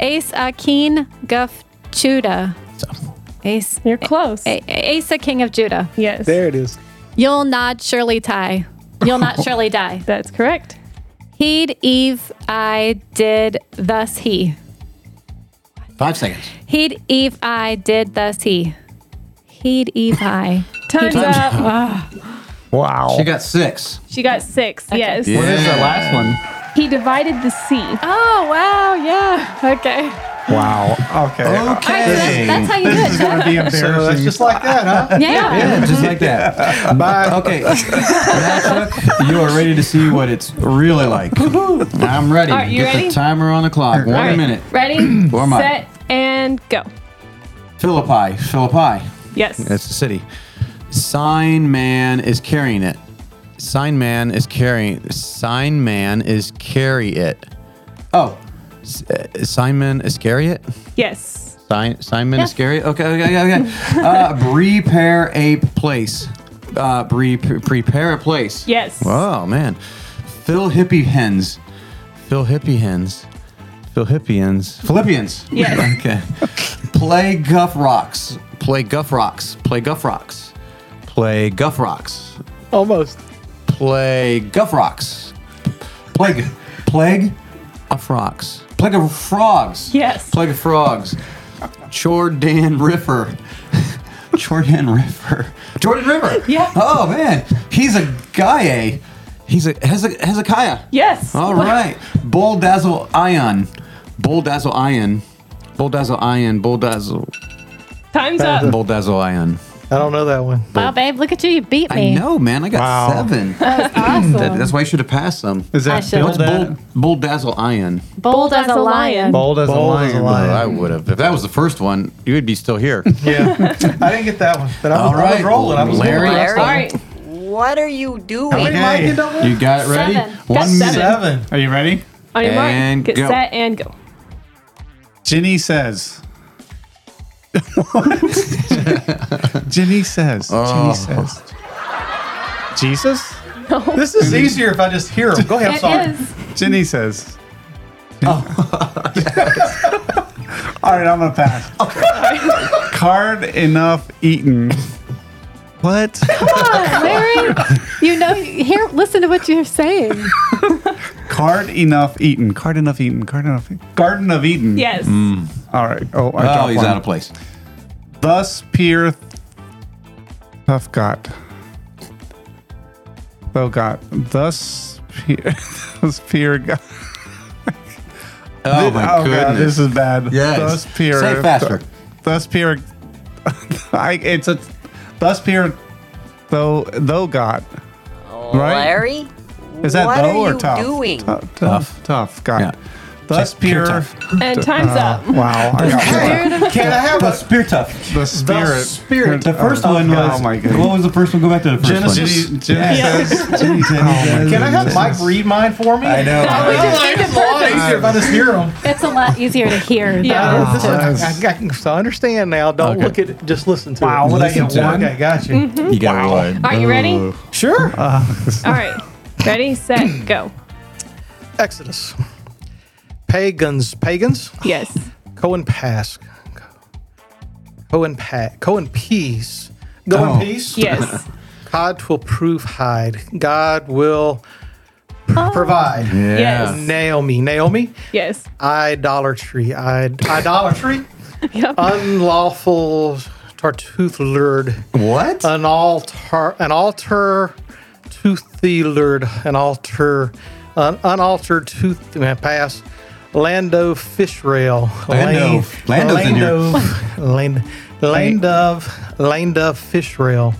D: Ace, uh, keen, guff, Judah. Ace,
G: You're close.
D: A- Ace, a king of Judah.
G: Yes.
C: There it is.
D: You'll not surely tie. You'll not surely die.
G: That's correct.
D: Heed, Eve, I did, thus he.
A: Five seconds.
D: Heed, Eve, I did, thus he. Heed, Eve, I.
G: Time's
A: Time's
G: up.
E: Wow.
A: She got six.
G: She got six. Yes.
E: What is that last one?
G: He divided the sea.
D: Oh, wow. Yeah. Okay.
E: Wow. Okay.
A: Okay.
D: That's how you do it.
E: It's gonna be
C: So that's
E: embarrassing.
C: just like that, huh?
D: Yeah.
A: Yeah, just like that. Bye. Okay. Nasa, you are ready to see what it's really like. I'm ready.
G: All right, you
A: Get
G: ready?
A: the timer on the clock. One
G: All right.
A: minute.
G: Ready?
A: Warm up.
G: set and go.
A: Philippi. Philippi.
G: Yes.
A: That's the city. Sign man is carrying it. Sign man is carrying. Sign man is carry it. Oh, S- uh, Simon Iscariot.
G: Yes.
A: Sign, Simon Iscariot. Okay, okay, okay. okay. uh, prepare a place. Uh, pre- pre- prepare a place.
G: Yes.
A: Oh man, Phil hippie hens. Phil hippie hens. Phil hippie hens. Philippians.
G: Yes.
A: Okay. Play guff rocks. Play guff rocks. Play guff rocks. Play guff rocks.
C: Almost.
A: Play guff rocks. Plague. Plague of rocks. Plague of frogs.
G: Yes.
A: Plague of frogs. Jordan Riffer. Jordan Riffer. Jordan River.
G: Yeah.
A: Oh man, he's a guy. eh? He's a Heze- Hezekiah.
G: Yes.
A: All right. Bull dazzle ion. Bull dazzle ion. Bull dazzle ion. Bull dazzle.
G: Time's up.
A: Bull dazzle ion.
C: I don't know that one.
D: Wow, babe, look at you. You beat
A: I
D: me.
A: know, man. I got
E: Wow.
A: seven.
G: Oh.
D: Awesome.
A: That- that's why you should have passed them.
E: Is
D: I
E: that
D: should've-
E: build that?
A: Bull, bull dazzle ion.
D: Bold as a lion.
E: Bold as
C: Bold
E: a lion.
C: as a lion.
A: I would have. If that was the first one, you would be still here.
C: Yeah. I didn't get that one. But I was, I was rolling. I was
A: Larry.
C: rolling.
G: All right.
H: What are you doing?
C: Am I getting that one?
A: You got it ready?
D: Seven.
A: One
G: Got
A: minute.
C: Seven.
E: Are you ready?
G: On your
A: And
G: mark. Get
A: go.
G: set and go.
E: Ginny says. What? Ginny says.
A: Oh.
E: Ginny says. Jesus?
C: This is easier if I just hear them. Go ahead. I'm sorry.
G: It is.
E: Ginny says.
A: Oh.
E: All right, I'm gonna pass. Card enough eaten. What?
D: Larry, you know, here, listen to what you're saying.
E: Card enough eaten. Card enough eaten. Card enough. Eaten. Garden of Eden.
G: Yes.
A: Mm.
E: All right.
A: Oh,
E: Oh, I dropped
A: he's
E: one.
A: out of place.
E: Thus peer Puff got. Thou got. Thus peer thus peer God.
A: Oh, my goodness.
E: God, this is bad.
A: Yes.
E: Thus peer
A: Say it faster.
E: thus peer I it's a thus peer though though got. Right?
H: Larry?
E: Is that
H: what
E: though
H: are
E: or
H: you
E: tough?
H: doing?
E: Tough. Tough. tough got.
A: Yeah.
E: Thus
A: Pure
E: peer.
A: tough.
G: And time's up.
E: Wow. I got one.
C: Can I have
A: The
C: a
A: spirit tough.
E: the spirit.
C: spirit.
A: The first one
E: God,
A: was.
E: oh my God. Oh
A: What was the first one? Go back to the first
C: Genesis.
E: Ginny, Ginny says. Ginny says.
C: Can I have Mike read mine for me? I know.
D: we
G: Oh,
D: just
C: it's
D: made it
C: a lot easier if I just hear them.
D: It's a lot easier to hear.
G: Yeah.
C: This is-
E: that's-
C: I, I can so I understand now. Don't
A: Okay. Mm-hmm.
C: look at it. Just listen to
E: Wow,
C: it.
E: would I get
C: Listen to it.
E: one?
C: Okay, got you.
A: one. You got one.
G: Are you ready?
A: Ooh. Uh,
C: Sure.
G: All right. Ready, set, go.
C: Exodus. Pagans. Pagans.
G: Yes.
C: Cohen Pass. Cohen Pass. Cohen Peace. Go
A: Oh.
C: in peace.
G: Yes.
C: God will prove hide. God will provide.
A: Yeah.
G: Yes.
C: Naomi. Naomi.
G: Yes.
C: Idolatry. Id- idolatry.
G: Yep.
C: Unlawful tartuthlured.
A: What?
C: An altar. An altar. Toothy-lured. An altar. An unaltered tooth. Pass. Lando Fishrail.
A: Lando. Lando's in here.
C: Lando. Land, Lane Dove, Lane Dove fish rail.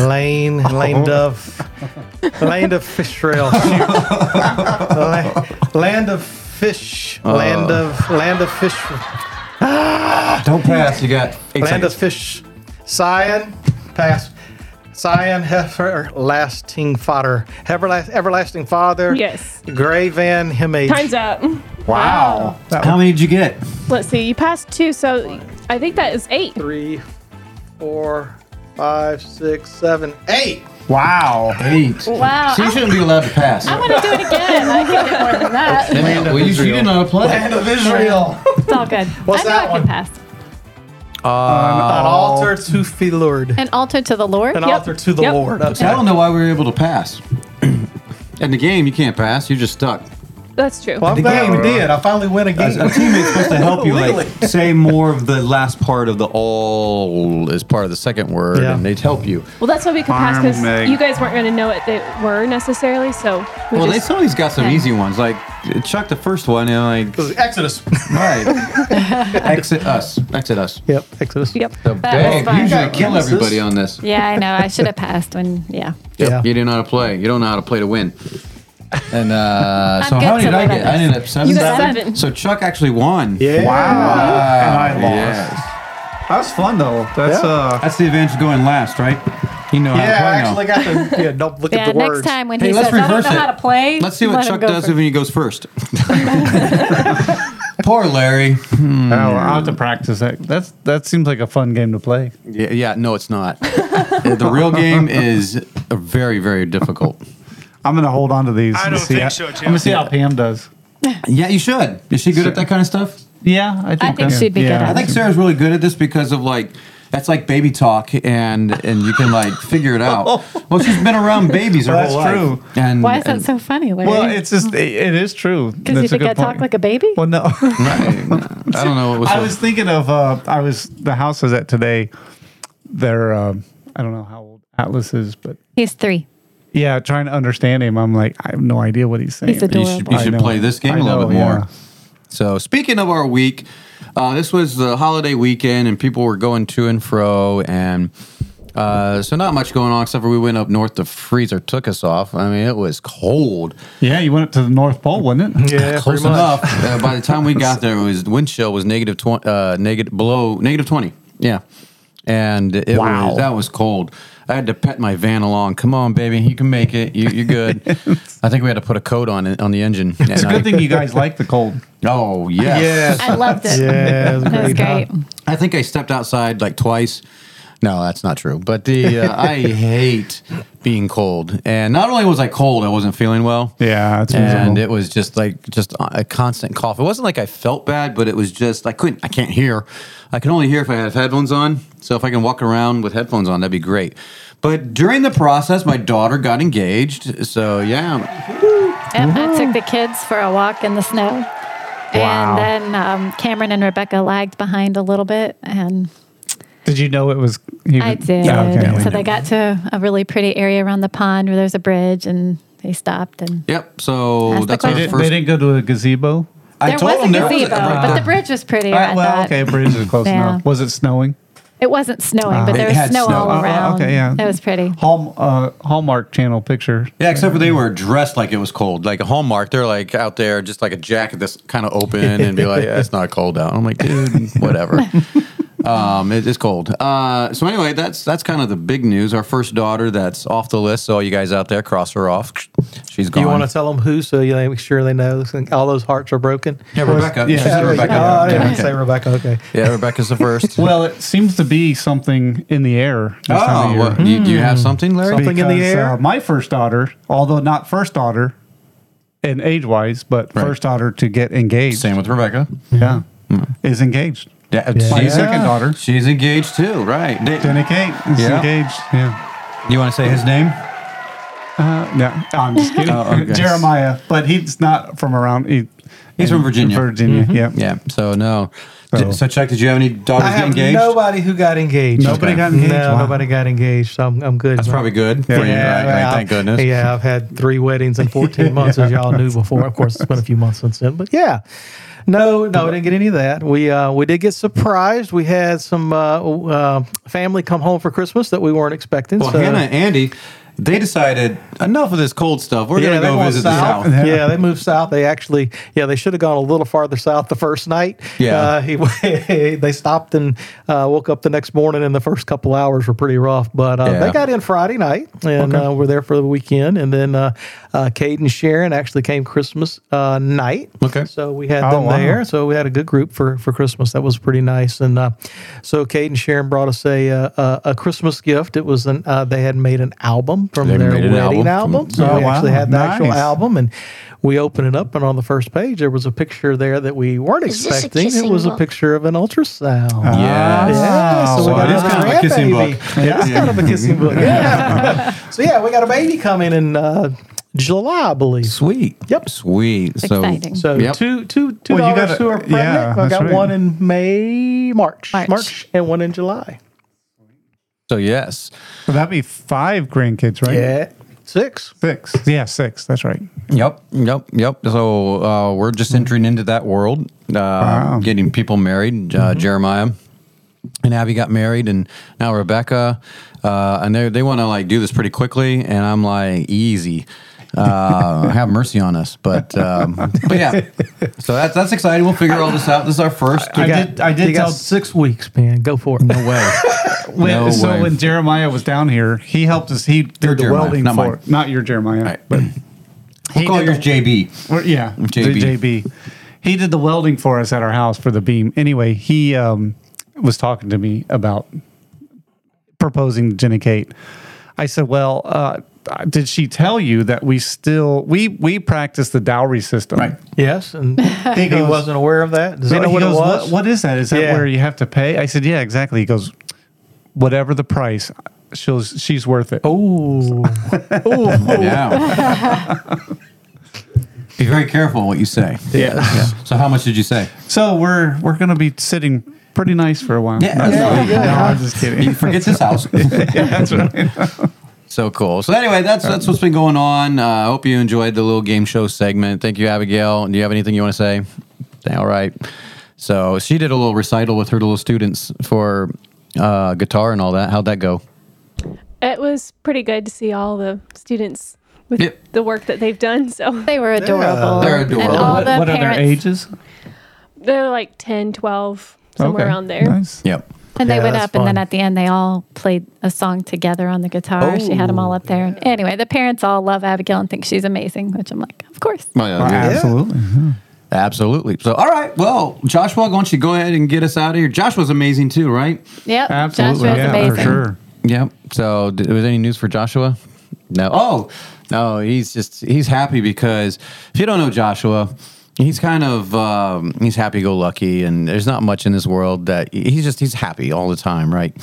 C: Lane, Lane Dove, Land of Fish Rail. La- land of Fish. Land of, Land of Fish.
A: Don't pass. You got eight
C: Land of
A: seconds.
C: Fish. Cyan, pass. Cyan, heifer, lasting fodder. Everlast, everlasting father.
G: Yes.
C: Gray Van Himage.
G: Time's up.
A: Wow. How many did you get?
G: Let's see. You passed two, so I think that is eight.
C: Three, four, five, six, seven, eight.
E: Wow.
A: Eight.
D: Wow.
A: So you shouldn't be allowed to pass.
D: I want to do it again. I can't do more than that.
A: Damn, well, you, you didn't know how to play.
C: of Israel.
D: It's all good. I
C: What's
D: know
C: that
D: I can
C: one?
D: pass.
C: An altar to the Lord.
D: An altar to the Lord.
C: An
D: Yep.
C: altar to the
D: Yep.
C: Lord.
A: See, I don't know why we were able to pass. In the game, you can't pass. You're just stuck.
G: That's true.
C: Well, I'm glad we did. I finally win again.
A: A teammate's supposed to help you like say more of the last part of the all is part of the second word,
C: Yeah.
A: and they'd help you.
G: Well, that's why we could pass because
E: Farm egg.
G: you guys weren't going to know what they were necessarily. So we
A: well, they
G: just,
A: somebody's got some
G: Okay.
A: easy ones. Like Chuck, the first one, and like
C: Exodus.
A: right, exit us, exit us.
C: Yep, Exodus.
G: yep.
A: The
D: That was
A: bag.
D: fun.
A: You should kill
C: Genesis.
A: everybody on this.
D: Yeah, I know. I should have passed when. Yeah.
C: Yeah.
A: You didn't know how to play. You don't know how to play to win. And uh, so
D: good
A: how many
D: to
A: did I
D: win at
A: get? I
D: this.
A: ended up seven.
D: You got seven.
A: So Chuck actually won.
C: Yeah.
A: Ah.
E: And I lost.
A: Uh, Yes.
E: That was fun though. That's
C: Yeah.
E: uh
A: That's the advantage of going last, right? You know
C: Yeah, I
A: how to play
C: actually
A: now.
C: got the. Yeah, don't look
D: Yeah.
C: at the
D: Next
C: words.
D: time when
A: Hey,
D: he
A: let's
D: says, "I don't
A: reverse
D: know
A: it.
D: how to play,"
A: Let's see what
D: let him
A: Chuck
D: go
A: does
D: first.
A: when he goes first. Poor Larry.
E: oh, I'll
A: Mm.
E: have to practice that. That's that seems like a fun game to play.
A: Yeah, yeah no, it's not. the real game is very, very difficult.
E: I'm gonna hold on to these.
I: I
E: and
I: don't
E: see
I: think
E: how-
I: so, Tim.
E: I'm gonna see how Pam does.
A: Yeah, you should. Is she good at that kind of stuff?
E: Yeah, I think,
D: think she'd be good at
A: I think Sarah's really good at this because of like that's like baby talk, and and you can like figure it out. Well, she's been around babies her
E: Well,
A: whole
E: that's
A: life.
E: true.
A: And
D: Why is that
A: and-
D: so funny, Larry?
E: Well, it's just it, it is true.
D: because you
E: That's a
D: think
E: good
D: I talk
E: point.
D: like a baby.
E: Well, no.
A: Right. I don't know what was.
E: I
A: so-
E: was thinking of uh, I was the house I was at today. They're um, I don't know how old Atlas is, but
D: He's three.
E: yeah, trying to understand him. I'm like I have no idea what he's saying.
D: He's a-
A: you should, you
E: I
A: should
E: know.
A: play this game
E: I
A: a little
E: know,
A: bit more.
E: yeah.
A: So speaking of our week, uh, this was the holiday weekend, and people were going to and fro, and uh, so not much going on except for we went up north. The freezer took us off. I mean, it was cold.
E: yeah, you went up to the North Pole, wasn't it?
C: Yeah,
A: Close
C: pretty much.
A: enough. uh, by the time we got there, it was the wind chill was negative twenty, uh, negative below negative twenty. Yeah, and it
E: Wow.
A: was that was cold. I had to pet my van along. Come on, baby, you can make it. You, you're good. I think we had to put a coat on it on the engine.
E: It's a good thing you guys like the cold.
A: Oh yes.
D: I loved it.
C: Yeah, it was
D: That was
C: great. huh?
D: great.
A: I think I stepped outside like twice. No, that's not true. But the uh, I hate being cold, and not only was I cold, I wasn't feeling well.
E: Yeah, it's
A: and
E: miserable.
A: it was just like just a constant cough. It wasn't like I felt bad, but it was just I couldn't. I can't hear. I can only hear if I have headphones on. So if I can walk around with headphones on, that'd be great. But during the process, my daughter got engaged. So yeah,
D: Yep, I took the kids for a walk in the snow.
E: Wow.
D: And then um, Cameron and Rebecca lagged behind a little bit, and
E: Did you know it was? He
D: I
E: was-
D: did.
E: Mm-hmm. Yeah, okay.
D: So they got to a really pretty area around the pond where there's a bridge, and they stopped. And
A: yep. So
D: That's the
A: that's,
E: They,
A: our
D: question.
E: didn't-
A: first.
E: they didn't go to a gazebo.
A: I
D: there
A: told
D: was a
A: them there was
D: gazebo, but the bridge was prettier.
E: All
D: I
E: right, well,
D: thought.
E: okay, bridge is close
D: Yeah.
E: enough. Was it snowing?
D: It wasn't snowing, but
A: It
D: there was
A: had
D: snow,
A: snow.
D: all
A: Oh,
D: around.
E: okay, yeah.
D: It was pretty.
E: Hall, uh, Hallmark Channel picture.
A: Yeah, except for they were dressed like it was cold, like a Hallmark. They're like out there, just like a jacket that's kind of open, and be like, yeah, "It's not cold out." I'm like, "Dude, whatever." um, it is cold. Uh, so anyway, that's that's kind of the big news. Our first daughter that's off the list. So all you guys out there, cross her off. She's
C: Do
A: gone.
C: you want to tell them who so you make sure they know? All those hearts are broken.
A: yeah, Rebecca.
E: Yeah,
A: She said
E: yeah,
A: Rebecca.
C: Oh, I didn't
A: Yeah,
C: say Rebecca. Okay.
A: Yeah, Rebecca's the first.
E: Well, it seems to be something in the air. This
A: oh,
E: time of year.
A: well, do you, do you have something, Larry?
C: Something in the
E: Because,
C: air?
E: uh, my first daughter, although not first daughter in age wise, but
A: Right.
E: first daughter to get engaged.
A: Same with Mm-hmm. Rebecca.
E: Yeah. Is engaged.
A: Yeah,
E: My second daughter,
A: She's engaged too, right? They-
E: Jenny Kate, is
A: Yeah.
E: engaged. Yeah.
A: you want to say his name?
E: Uh, yeah. I'm just kidding.
A: Oh, okay.
E: Jeremiah, but he's not from around. He,
A: He's from Virginia. Mm-hmm.
E: Virginia. Yeah.
A: Yeah. So no.
E: So,
A: So, Chuck, did you have any daughters
C: I
A: get
C: have
A: engaged?
C: nobody who got engaged.
E: Nobody got
C: No,
E: engaged. Wow.
C: nobody got engaged. So I'm, I'm good.
A: That's probably good.
E: Yeah,
A: for you,
E: yeah,
A: right,
C: well,
A: right, thank
C: I've-
A: goodness.
C: Yeah, I've had three weddings in 14 months, as y'all knew before. Of course, it's been a few months since then, but yeah. No, no, we didn't get any of that. We uh, we did get surprised. We had some uh, uh, family come home for Christmas that we weren't expecting.
A: Well,
C: so
A: Hannah and Andy, they decided enough of this cold stuff. We're
C: they
A: going to go
C: went
A: visit the South.
C: Yeah. they moved south. They actually, yeah, they should have gone a little farther south the first night.
A: Yeah.
C: uh, he, they stopped and uh, woke up the next morning, and the first couple hours were pretty rough. But uh,
A: Yeah.
C: they got in Friday night, and uh, we're there for the weekend. And then uh, uh, Cade and Sharon actually came Christmas uh, night.
A: Okay.
C: so we had
E: Oh,
C: them
E: wow.
C: there. So we had a good group for for Christmas. That was pretty nice. And uh, so Cade and Sharon brought us a uh, a, a Christmas gift. It was an uh, they had made an album from
A: They
C: their
A: made an
C: wedding album.
A: album from-
C: So
E: Oh,
C: we
E: wow.
C: actually had the actual
E: Nice.
C: album, and we opened it up, and on the first page there was a picture there that we weren't
I: Is this a
C: expecting. It
I: kissing
C: was a
I: book?
C: picture of an ultrasound.
E: Uh, Ah.
A: Yes.
C: Ah, Yeah, so,
A: So
C: we got
A: it is
C: a
A: kind of a kissing
C: grandbaby.
A: book.
C: It is kind of a kissing book. Yeah. so yeah, we got a baby coming in uh, July, I believe.
A: Sweet.
C: Yep.
A: Sweet. So,
D: Exciting.
C: So
A: Yep.
C: two two two
E: Well, you
C: daughters
E: gotta-
C: who are pregnant.
E: yeah,
C: I
E: that's
C: got
E: right.
C: one in May, March,
D: March.
C: and one in July.
A: so yes.
E: so that'd be five grandkids, right?
C: six.
E: Six. Yeah, six. That's right.
A: Yep. Yep. Yep. So uh, we're just entering into that world, uh, getting people married. Uh,
E: Mm-hmm.
A: Jeremiah and Abby got married, and now Rebecca. Uh, and they they want to like do this pretty quickly, and I'm like easy. uh, have mercy on us, but um, but yeah. So that's that's exciting. We'll figure all this out. This is our first.
E: I did- I did
C: you got
E: tell-
C: six weeks, man. Go for it.
A: no way.
E: When,
A: No
E: so
A: way.
E: when Jeremiah was down here, he helped us. He did the
A: Jeremiah,
E: welding
A: not
E: for
A: mine.
E: not your Jeremiah,
A: Right.
E: but
A: We'll call
E: did
A: yours
E: the-
A: JB.
E: Or, yeah,
A: JB.
E: The JB. He did the welding for us at our house for the beam. Anyway, he um, was talking to me about proposing to Jenny Kate. I said, "Well, uh, did she tell you that we still we we practice the dowry system?"
A: Right.
C: Yes, and he,
E: goes-
C: wasn't aware of that. Does he
E: So
C: know
E: he
C: what
E: goes,
C: it was?
E: What is that? Is that
C: Yeah.
E: where you have to pay? I said, yeah, exactly. He goes, whatever the price, she'll she's worth it. Oh,
C: Ooh,
A: Yeah. Be very careful what you say.
E: Yeah.
A: So how much did you say?
E: So we're we're gonna be sitting pretty nice for a while.
A: Yeah.
E: No,
A: Yeah,
E: no, no, I'm just kidding.
A: Forget this house. So cool. So anyway, that's that's what's been going on. Uh, I hope you enjoyed the little game show segment. Thank you, Abigail. Do you have anything you want to say? Yeah, All right. So she did a little recital with her little students for uh, guitar and all that. How'd that go?
G: It was pretty good to see all the students with
A: Yep.
G: the work that they've done. So
D: They were adorable.
A: They're
D: And
A: adorable.
D: all the
E: what are
D: parents,
E: their ages?
G: they're like 10, 12, somewhere
E: Okay.
G: around there.
E: Nice.
A: Yep.
D: And they
C: Yeah,
D: went
C: that's
D: up, and then
C: fun.
D: at the end, they all played a song together on the guitar. she had them all up there.
E: Oh.
D: And anyway, the parents all love Abigail and think she's amazing, which I'm like, of course.
A: Well, yeah,
E: Wow,
A: yeah.
E: Oh, Absolutely.
A: Absolutely. So all right. Well, Joshua, why don't you go ahead and get us out of here? Joshua's amazing too, right?
D: Yep.
E: Absolutely.
D: Joshua's
E: yeah,
D: amazing.
E: for sure.
A: Yep. So, d was any news for Joshua? No. Oh, no. He's just he's happy because if you don't know Joshua, he's kind of um, he's happy-go-lucky, and there's not much in this world that he's just he's happy all the time, right?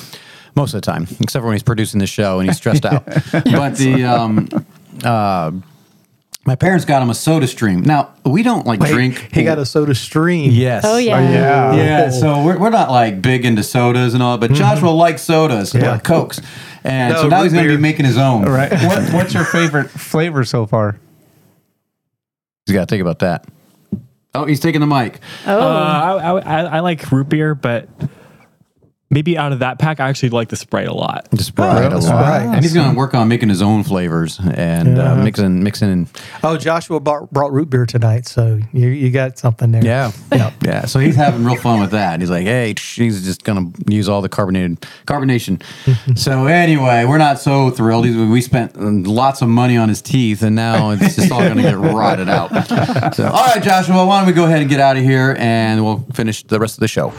A: Most of the time, except for when he's producing the show and he's stressed out. But the um, uh, my parents got him a Soda Stream. Now we don't like drink.
C: He got a soda stream.
A: yes.
D: Oh, yeah.
E: Yeah.
A: Yeah, so we're, we're not like big into sodas and all, but Joshua likes sodas,
C: Yeah.
A: like Cokes. And
C: No,
A: so now
C: root
A: he's going to
C: beer.
A: be making his own.
E: All right. What, what's your favorite flavor so far?
A: He's got to think about that. Oh, he's taking the mic.
D: Oh,
J: Uh, I, I, I- I like root beer, but maybe out of that pack, I actually like the Sprite a lot.
A: Just Oh, right
C: that's
A: along.
C: right.
A: And he's going to work on making his own flavors and uh, mixing, mixing.
C: Oh, Joshua brought, brought root beer tonight, so you you got something there.
A: Yeah.
C: Yep.
A: Yeah. So he's having real fun with that. He's like, hey, he's just going to use all the carbonated carbonation. so anyway, we're not so thrilled. He's, we spent uh, lots of money on his teeth, and now it's just all going to get rotted out. So, all right, Joshua, why don't we go ahead and get out of here, and we'll finish the rest of the show.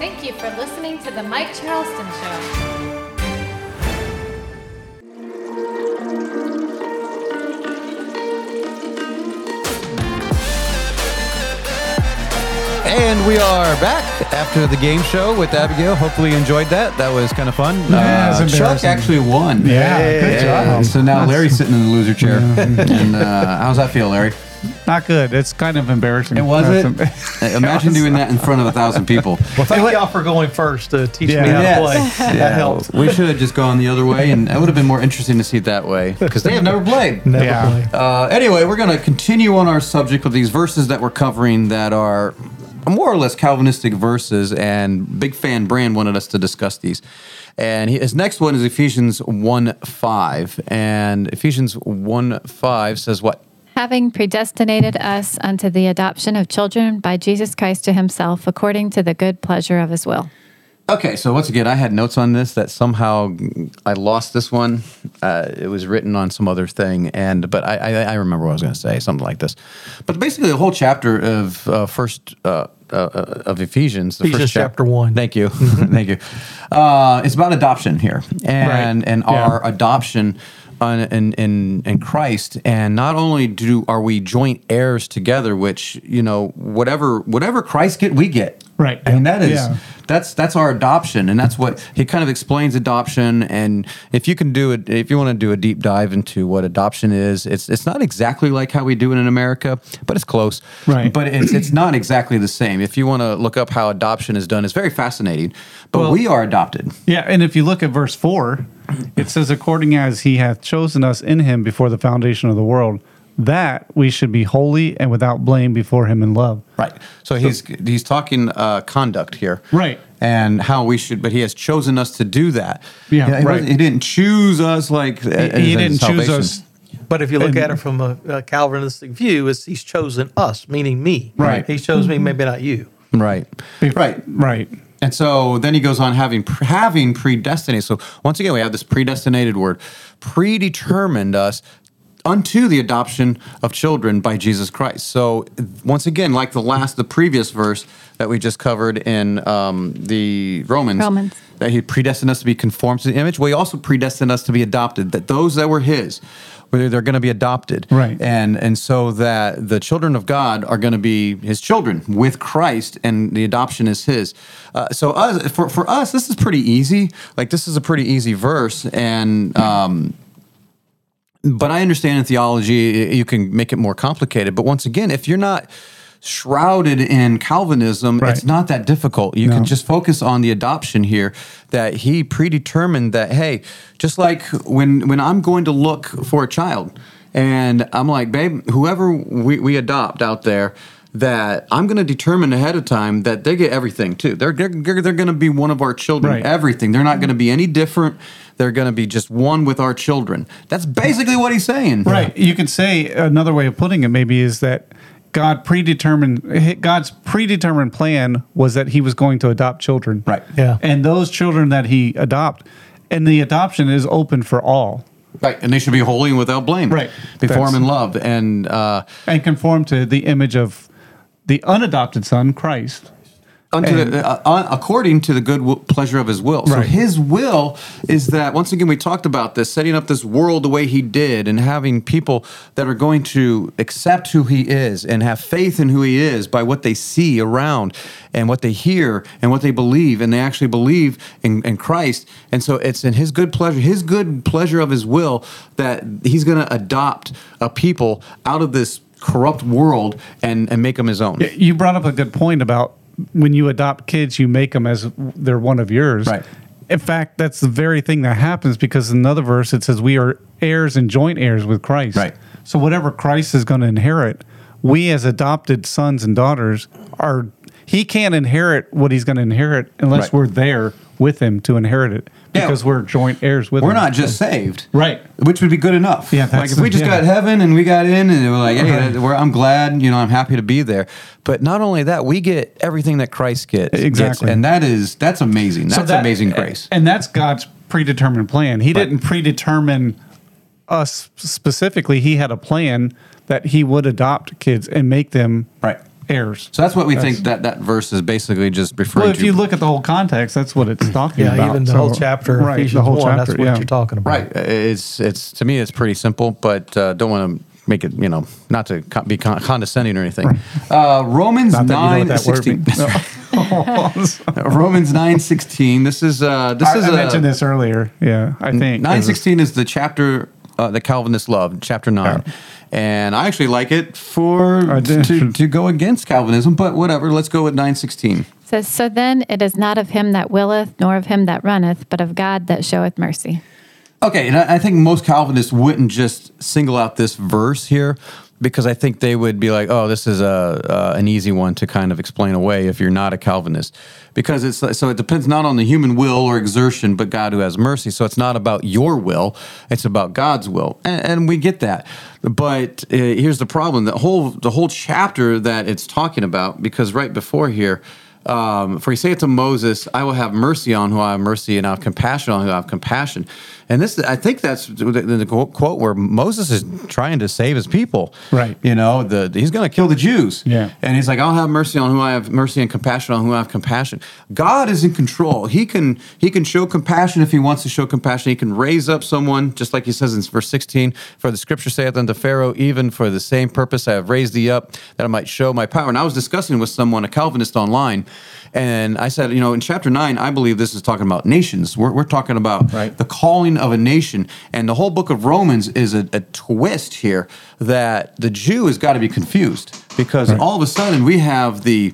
F: Thank you for listening to the Mike Charleston Show.
A: And we are back after the game show with Abigail. Hopefully, you enjoyed that. That was kind of fun. Uh,
E: Yeah, it's
A: Chuck
E: embarrassing.
A: actually won.
E: Yeah. Good
A: Yeah.
E: job.
A: So now Larry's sitting in the loser chair. and uh, how's that feel, Larry?
E: Not good. It's kind of embarrassing.
A: It was it.
E: That's em-
A: Imagine doing that in front of a thousand people.
C: Well, thank y'all for going first to teach
E: Yeah.
C: me how
E: Yes.
C: to play. That helped.
A: We should have just gone the other way, and it would have been more interesting to see it that way because they have never played.
C: Never
E: Yeah.
C: play.
A: Uh, anyway, we're going to continue on our subject with these verses that we're covering that are more or less Calvinistic verses, and big fan Brand wanted us to discuss these. And he- his next one is Ephesians 1 5. And Ephesians 1 5 says what?
D: Having predestinated us unto the adoption of children by Jesus Christ to himself, according to the good pleasure of his will.
A: Okay, so once again, I had notes on this that somehow I lost this one. Uh, it was written on some other thing, and but I, I, I remember what I was going to say, something like this. But basically, the whole chapter of uh, first uh, uh, uh, of Ephesians, the
C: Ephesians
A: first chap-
C: chapter one.
A: Thank you, thank you. Uh, it's about adoption here, and and
E: yeah.
A: our adoption on, in, in in Christ, and not only do are we joint heirs together, which you know whatever whatever Christ get, we get.
E: Right.
A: I mean that is
E: Yeah.
A: that's that's our adoption, and that's what he kind of explains adoption. And if you can do it, if you want to do a deep dive into what adoption is, it's it's not exactly like how we do it in America, but it's close.
E: Right.
A: But it's it's not exactly the same. If you want to look up how adoption is done, it's very fascinating. But we are adopted.
E: Yeah, and if you look at verse four, it says, "According as He hath chosen us in Him before the foundation of the world, that we should be holy and without blame before Him in love."
A: Right. So, he's he's talking uh, conduct here.
E: Right.
A: And how we should, but he has chosen us to do that.
E: Yeah,
A: he, wasn't-
E: right.
A: he didn't choose us like he,
E: He didn't choose us.
C: But if you look at it from a, a Calvinistic view, it's he's chosen us, meaning me.
A: Right.
C: He chose me, maybe not you.
A: Right. Right.
E: Right.
A: And so then he goes on having having predestinated. So once again, we have this predestinated word, predetermined us unto the adoption of children by Jesus Christ. So once again, like the last, the previous verse that we just covered in um, the Romans,
D: Romans.
A: that he predestined us to be conformed to the image. Well, he also predestined us to be adopted. That those that were his, whether they're going to be adopted,
E: Right.
A: and and so that the children of God are going to be His children with Christ, and the adoption is His. Uh, so us, for for us, this is pretty easy. Like this is a pretty easy verse, and um, but I understand in theology y- you can make it more complicated. But once again, if you're not shrouded in Calvinism,
E: Right.
A: it's not that difficult. You can just focus on the adoption here that he predetermined that hey, just like when when I'm going to look for a child and I'm like, babe, whoever we, we adopt out there that I'm going to determine ahead of time that they get everything too. They're they're, they're going to be one of our children
E: Right.
A: everything. They're not going to be any different. They're going to be just one with our children. That's basically what he's saying.
E: Right. You could say another way of putting it maybe is that God predetermined God's predetermined plan was that he was going to adopt children.
A: Right.
C: Yeah.
E: And those children that he adopt and the adoption is open for all
A: Right. And they should be holy and without blame.
E: Right.
A: Before
E: That's-
A: him in love. And uh,
E: and conform to the image of the unadopted son Christ.
A: unto the, uh, uh, according to the good w- pleasure of his will. So
E: Right.
A: his will is that once again we talked about this setting up this world the way he did and having people that are going to accept who he is and have faith in who he is by what they see around and what they hear and what they believe and they actually believe in, in Christ. And so it's in his good pleasure, his good pleasure of his will that he's going to adopt a people out of this corrupt world and and make them his own.
E: You brought up a good point about when you adopt kids, you make them as they're one of yours.
A: Right.
E: In fact, that's the very thing that happens because in another verse it says we are heirs and joint heirs with Christ.
A: Right.
E: So whatever Christ is going to inherit, we as adopted sons and daughters are. He can't inherit what he's going to inherit unless
A: Right.
E: we're there with him to inherit it
A: Yeah.
E: because we're joint heirs with
A: We're
E: him.
A: not just saved,
E: Right.
A: Which would be good enough.
E: Yeah, that's
A: like if
E: the-
A: we just
E: yeah.
A: got heaven and we got in, and we're like, hey,
E: Right.
A: that- we're- I'm glad, you know, I'm happy to be there. But not only that, we get everything that Christ gets, gets,
E: Exactly.
A: and that is that's amazing. That's
E: So that-
A: amazing grace.
E: And that's God's predetermined plan. He didn't predetermine us specifically. He had a plan that he would adopt kids and make them
A: Right.
E: heirs.
A: So that's what we think that that verse is basically just referring
E: well, if
A: to.
E: you look at the whole context, that's what it's talking
C: Yeah,
E: about.
C: even the
E: So-
C: whole chapter,
E: right?
C: Ephesians
E: the whole
C: 1,
E: chapter,
C: that's what
E: yeah.
C: you're talking about.
A: right, it's it's to me it's pretty simple, but uh, don't want to make it you know not to con- be con- condescending or anything. Uh, Romans
E: Not that you
A: nine
E: know what that word
A: sixteen.
E: means. No.
A: Romans nine sixteen. This is uh, this
E: I,
A: is
E: I
A: a-
E: mentioned this earlier. Yeah, I think
A: Nine sixteen is the chapter uh, the Calvinist Love, chapter nine, and I actually like it for
E: I did.
A: to, to go against Calvinism. But whatever, let's go with nine sixteen.
D: says, So then it is not of him that willeth, nor of him that runneth, but of God that showeth mercy.
A: Okay, and I, I think most Calvinists wouldn't just single out this verse here because I think they would be like, "Oh, this is a uh, an easy one to kind of explain away if you're not a Calvinist," because it's so it depends not on the human will or exertion, but God who has mercy. So it's not about your will; it's about God's will, and, and we get that. But uh, here's the problem: the whole the whole chapter that it's talking about, because right before here um, for he saith to Moses, I will have mercy on who I have mercy, and I have compassion on who I have compassion. And this, I think that's the, the quote quote where Moses is trying to save his people.
E: Right.
A: You know, the, he's going to kill the Jews.
E: Yeah.
A: And he's like, I'll have mercy on who I have mercy and compassion on who I have compassion. God is in control. He can he can show compassion if he wants to show compassion. He can raise up someone, just like he says in verse 16, for the scripture saith unto Pharaoh, even for the same purpose I have raised thee up, that I might show my power. And I was discussing with someone, a Calvinist online, and I said, you know, in chapter nine, I believe this is talking about nations. We're, we're talking about
E: Right.
A: the calling of a nation. And the whole book of Romans is a, a twist here that the Jew has got to be confused because all of a sudden we have the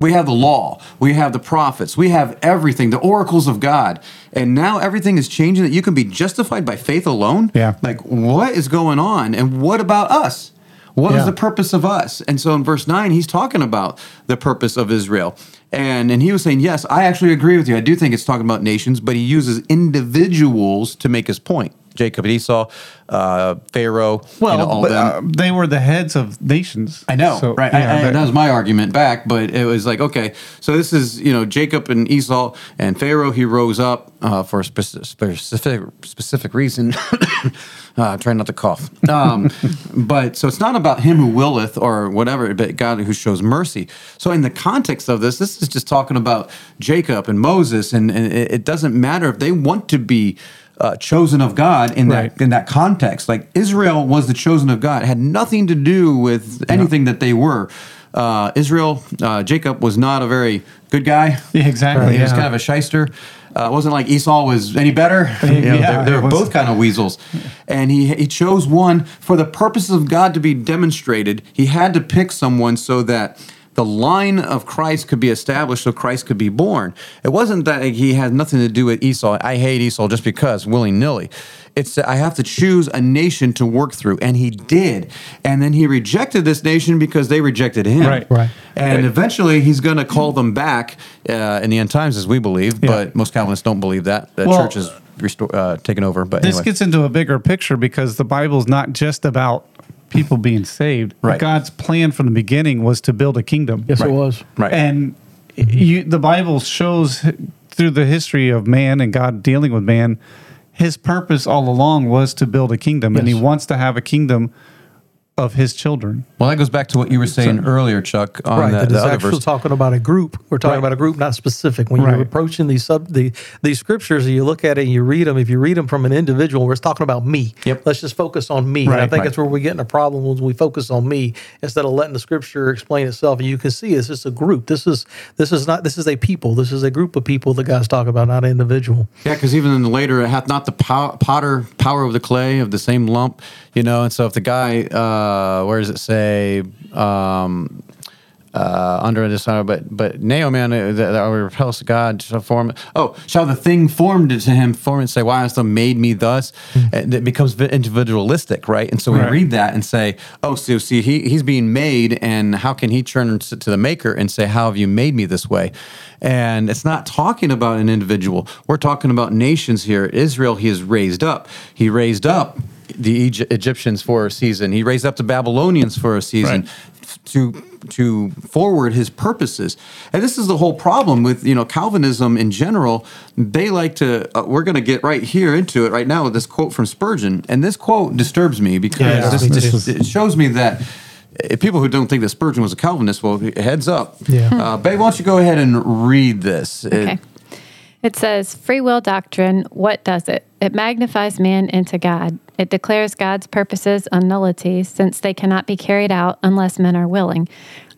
A: we have the law, we have the prophets, we have everything, the oracles of God. And now everything is changing that you can be justified by faith alone.
E: Yeah.
A: Like, what is going on? And what about us? What is
E: Yeah.
A: the purpose of us? And so in verse 9, he's talking about the purpose of Israel. And, and he was saying, Yes, I actually agree with you. I do think it's talking about nations, but he uses individuals to make his point. Jacob and Esau, uh, Pharaoh,
E: Well,
A: you know, all
E: but,
A: them.
E: uh, they were the heads of nations.
A: I know,
E: So,
A: right? I-
E: yeah,
A: I-
E: but-
A: that was my argument back, but it was like, okay, so this is you know Jacob and Esau and Pharaoh. He rose up uh, for a spec- specific specific reason. uh, trying not to cough. Um, but so it's not about him who willeth or whatever, but God who shows mercy. So in the context of this, this is just talking about Jacob and Moses, and, and it, it doesn't matter if they want to be. Uh, chosen of God in
E: Right.
A: that in that context. Like Israel was the chosen of God. It had nothing to do with anything that they were. Uh, Israel, uh, Jacob was not a very good guy.
E: Yeah, exactly,
A: He was
E: yeah.
A: kind of a shyster. Uh, it wasn't like Esau was any better. You know,
E: Yeah,
A: they, they
E: it
A: were
E: was-
A: both kind of weasels. And he, he chose one for the purposes of God to be demonstrated. He had to pick someone so that the line of Christ could be established, so Christ could be born. It wasn't that he had nothing to do with Esau. I hate Esau just because willy nilly. It's that I have to choose a nation to work through, and he did. And then he rejected this nation because they rejected him.
E: Right. Right.
A: And eventually, he's going to call them back uh, in the end times, as we believe. But most Calvinists don't believe that. The
E: Well,
A: church is restore, uh, taken over. But
E: this
A: anyway.
E: gets into a bigger picture because the Bible's not just about people being saved.
A: Right.
E: God's plan from the beginning was to build a kingdom.
C: Yes, it was.
A: Right.
E: And you, the Bible shows through the history of man and God dealing with man, his purpose all along was to build a kingdom, and he
C: Yes.
E: wants to have a kingdom of his children.
A: well, that goes back to what you were saying earlier, Chuck, on
C: right,
A: the,
C: that
A: the
C: is
A: other
C: actually
A: verse.
C: talking about a group. We're talking
E: Right.
C: about a group, not specific. When
E: Right.
C: you're approaching these sub the these scriptures, and you look at it and you read them. If you read them from an individual, where it's talking about me,
A: Yep.
C: let's just focus on me. and I
E: Right,
C: think
E: right.
C: that's where we get in a problem when we focus on me instead of letting the scripture explain itself. And you can see it's just a group. This is this is not this is a people. This is a group of people that God's talking about, not an individual.
A: Yeah, because even in the later, it hath not the pow- potter power of the clay of the same lump, you know. And so, if the guy, uh, where does it say, um, uh, under a dishonor, but but Naaman uh, that that repels God shall form. Oh, shall the thing formed to him form and say, Why hast thou made me thus? And it becomes vi- individualistic, right? And so we
E: Right.
A: read that and say, Oh, so see, he he's being made, and how can he turn to to the maker and say, How have you made me this way? And it's not talking about an individual. We're talking about nations here. Israel, he has raised up. He raised up the Egy- Egyptians for a season. He raised up the Babylonians for a season to to forward his purposes. And this is the whole problem with you know Calvinism in general. They like to. Uh, we're going to get right here into it right now with this quote from Spurgeon, and this quote disturbs me because
C: Yeah,
A: this,
C: me
A: this-
C: too.
A: it shows me that. uh, People who don't think that Spurgeon was a Calvinist, well, heads up.
C: Yeah.
A: Uh, babe, why don't you go ahead and read this? It-
D: Okay. It says, Free will doctrine, what does it? It magnifies man into God. It declares God's purposes a nullity, since they cannot be carried out unless men are willing.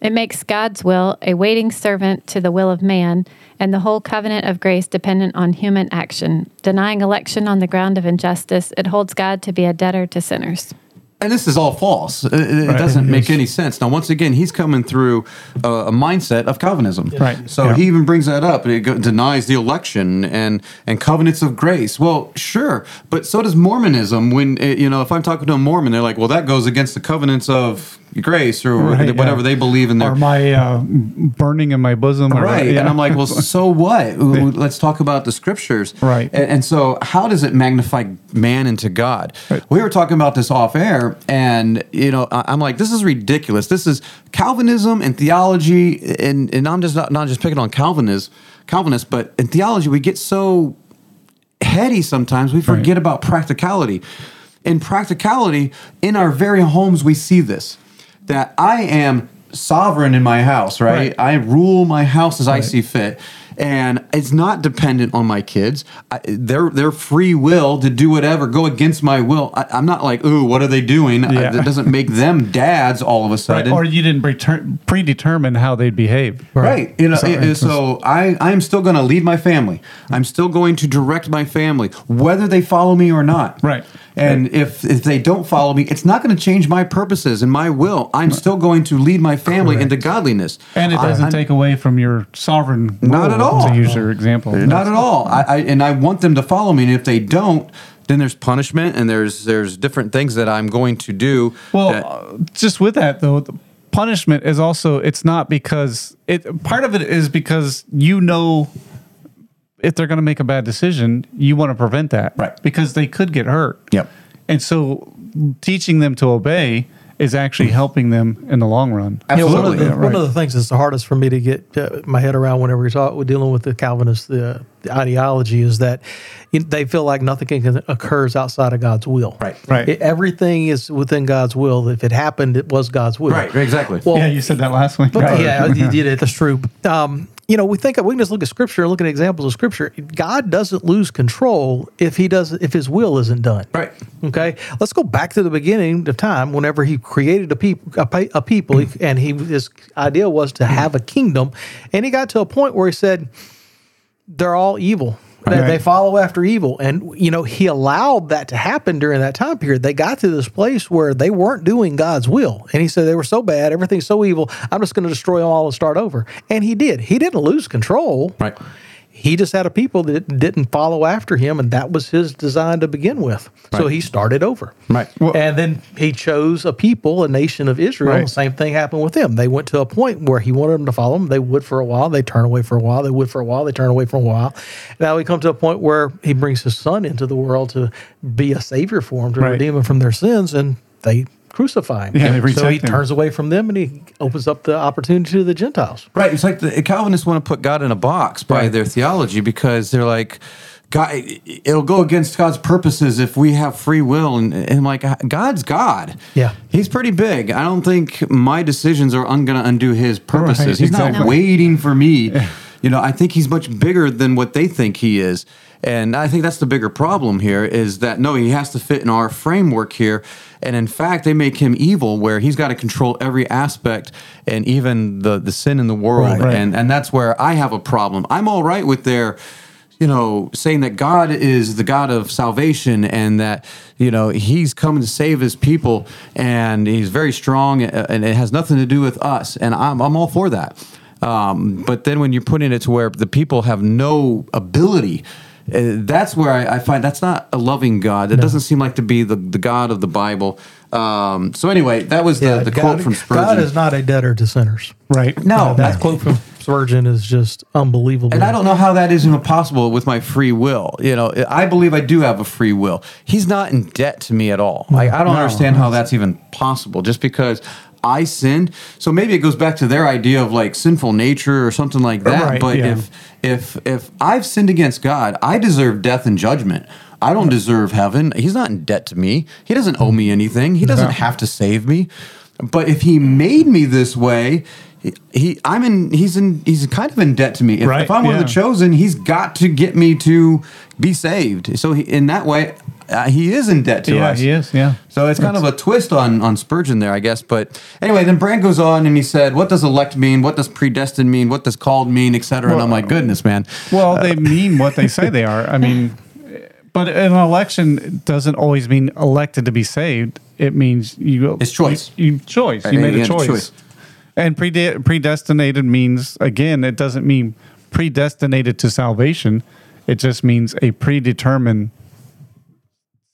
D: It makes God's will a waiting servant to the will of man, and the whole covenant of grace dependent on human action. Denying election on the ground of injustice, it holds God to be a debtor to sinners.
A: And this is all false. It, it doesn't make any sense. Now, once again, he's coming through a, a mindset of Calvinism.
E: Right.
A: So
E: Yeah.
A: he even brings that up. It go- denies the election and and covenants of grace. Well, sure, but so does Mormonism. When eh, you know, if I'm talking to a Mormon, they're like, "Well, that goes against the covenants of grace or
E: Right,
A: whatever
E: yeah.
A: they believe in their
E: Or my uh, burning in my bosom. Or,
A: Right.
E: yeah.
A: And I'm like, well, so what? Ooh, Let's talk about the scriptures.
E: Right.
A: A- And, so, how does it magnify man into God? We were talking about this off air, and you know, I- I'm like, this is ridiculous. This is Calvinism and theology, and and I'm just not, not just picking on Calvinists, Calvinists, but in theology we get so heady sometimes we forget about practicality in practicality in our very homes we see this that i am sovereign in my house right,
E: Right.
A: i rule my house as i see fit and it's not dependent on my kids I, their their free will to do whatever go against my will I, i'm not like ooh what are they doing I-
E: Yeah.
A: that doesn't make them dads all of a
E: Right.
A: sudden
E: Or you didn't preter- predetermine how they'd behave.
A: Right. You know,
E: So-
A: and- and so I, I'm still going to lead my family. I'm still going to direct my family, whether they follow me or not.
E: Right.
A: And if, if they don't follow me, it's not going to change my purposes and my will. I'm still going to lead my family into godliness.
E: And it
A: I-
E: doesn't
A: I'm-
E: take away from your sovereign.
A: Not
E: rule,
A: at all.
E: To use your example.
A: Not at all. I, I and I want them to follow me. And if they don't, then there's punishment and there's there's different things that I'm going to do.
E: Well,
A: that-
E: uh, just with that though, the punishment is also it's not because it. Part of it is because you know if they're going to make a bad decision, you want to prevent that,
A: Right.
E: Because they could get hurt.
A: Yep.
E: And so, teaching them to obey is actually helping them in the long run.
C: You know,
A: absolutely.
C: one, of the,
E: Yeah, right.
C: one of the things that's the hardest for me to get uh, my head around whenever we talk, we're dealing with the Calvinist the, the ideology is that it, they feel like nothing can, occurs outside of God's will.
A: Right.
E: Right.
C: It- everything is within God's will. If it happened, it was God's will.
A: Right, exactly.
C: Well,
E: yeah, you said that last week.
C: But yeah, you did it. That's true. Um, you know, we think we can just look at scripture and look at examples of scripture. God doesn't lose control if he does if his will isn't done.
A: Right.
C: Okay. Let's go back to the beginning of time whenever he created a people a, pe- a people and he his idea was to have a kingdom and he got to a point where he said they're all evil. They,
E: Right.
C: they follow after evil. And, you know, he allowed that to happen during that time period. They got to this place where they weren't doing God's will. And he said, they were so bad, everything's so evil, I'm just going to destroy them all and start over. And he did. He didn't lose control.
A: Right.
C: He just had a people that didn't follow after him. And that was his design to begin with. So
A: Right.
C: he started over.
A: Right.
E: Well-
C: and then he chose a people, a nation of Israel.
E: Right.
C: Same thing happened with them. They went to a point where he wanted them to follow him. They would for a while. They turn away for a while. They would for a while. They turn away for a while. Now we come to a point where he brings his son into the world to be a savior for them, to
E: Right.
C: redeem them from their sins, and they crucify him.
E: Yeah, they
C: so he
E: reject him.
C: turns away from them and he opens up the opportunity to the Gentiles.
A: Right. It's like the Calvinists want to put God in a box by their theology because they're like, God, it'll go against God's purposes if we have free will. And, and I'm like, uh, God's God.
C: Yeah.
A: He's pretty big. I don't think my decisions are un- going to undo his purposes.
E: Right,
A: He's not
E: exactly.
A: waiting for me. You know, I think he's much bigger than what they think he is. And I think that's the bigger problem here is that no, he has to fit in our framework here. And in fact, they make him evil where he's got to control every aspect and even the, the sin in the world.
E: Right. Right.
A: And and that's where I have a problem. I'm all right with their you know saying that God is the God of salvation and that you know he's come to save his people and he's very strong uh, and it has nothing to do with us and I'm I'm all for that. Um, but then when you're putting it to where the people have no ability uh, that's where I, I find that's not a loving God. That doesn't seem like to be the, the God of the Bible. Um, so anyway, that was the, the
C: Uh, God-
A: quote from Spurgeon.
C: God is not a debtor to sinners.
E: right.
A: no,
C: That quote from Spurgeon is just unbelievable.
A: And I don't know how that is even possible with my free will. You know, I believe I do have a free will. He's not in debt to me at all. Like, I don't understand how that's even possible just because I sinned. So maybe it goes back to their idea of like sinful nature or something like that.
E: Right,
A: but
E: yeah.
A: if if if I've sinned against God, I deserve death and judgment. I don't deserve heaven. He's not in debt to me. He doesn't owe me anything. He doesn't have to save me. But if he made me this way, he- he I'm in he's in he's kind of in debt to me. If,
E: Right,
A: if I'm one of
E: yeah.
A: the chosen, he's got to get me to be saved. So he, in that way, uh, he is in debt to
E: Yeah,
A: us.
E: he is, yeah.
A: So it's kind of a twist on on Spurgeon there, I guess. But anyway, then Brand goes on and he said, "What does elect mean? What does predestined mean? What does called mean, etc." and
E: Well-
A: I'm like, "Goodness, man."
E: Well, they mean what they say they are. I mean, but an election doesn't always mean elected to be saved. It means you.
A: It's choice.
E: You, you- choice. You
A: Right,
E: made
A: yeah,
E: a choice.
A: choice.
E: And prede- predestinated means again. It doesn't mean predestinated to salvation. It just means a predetermined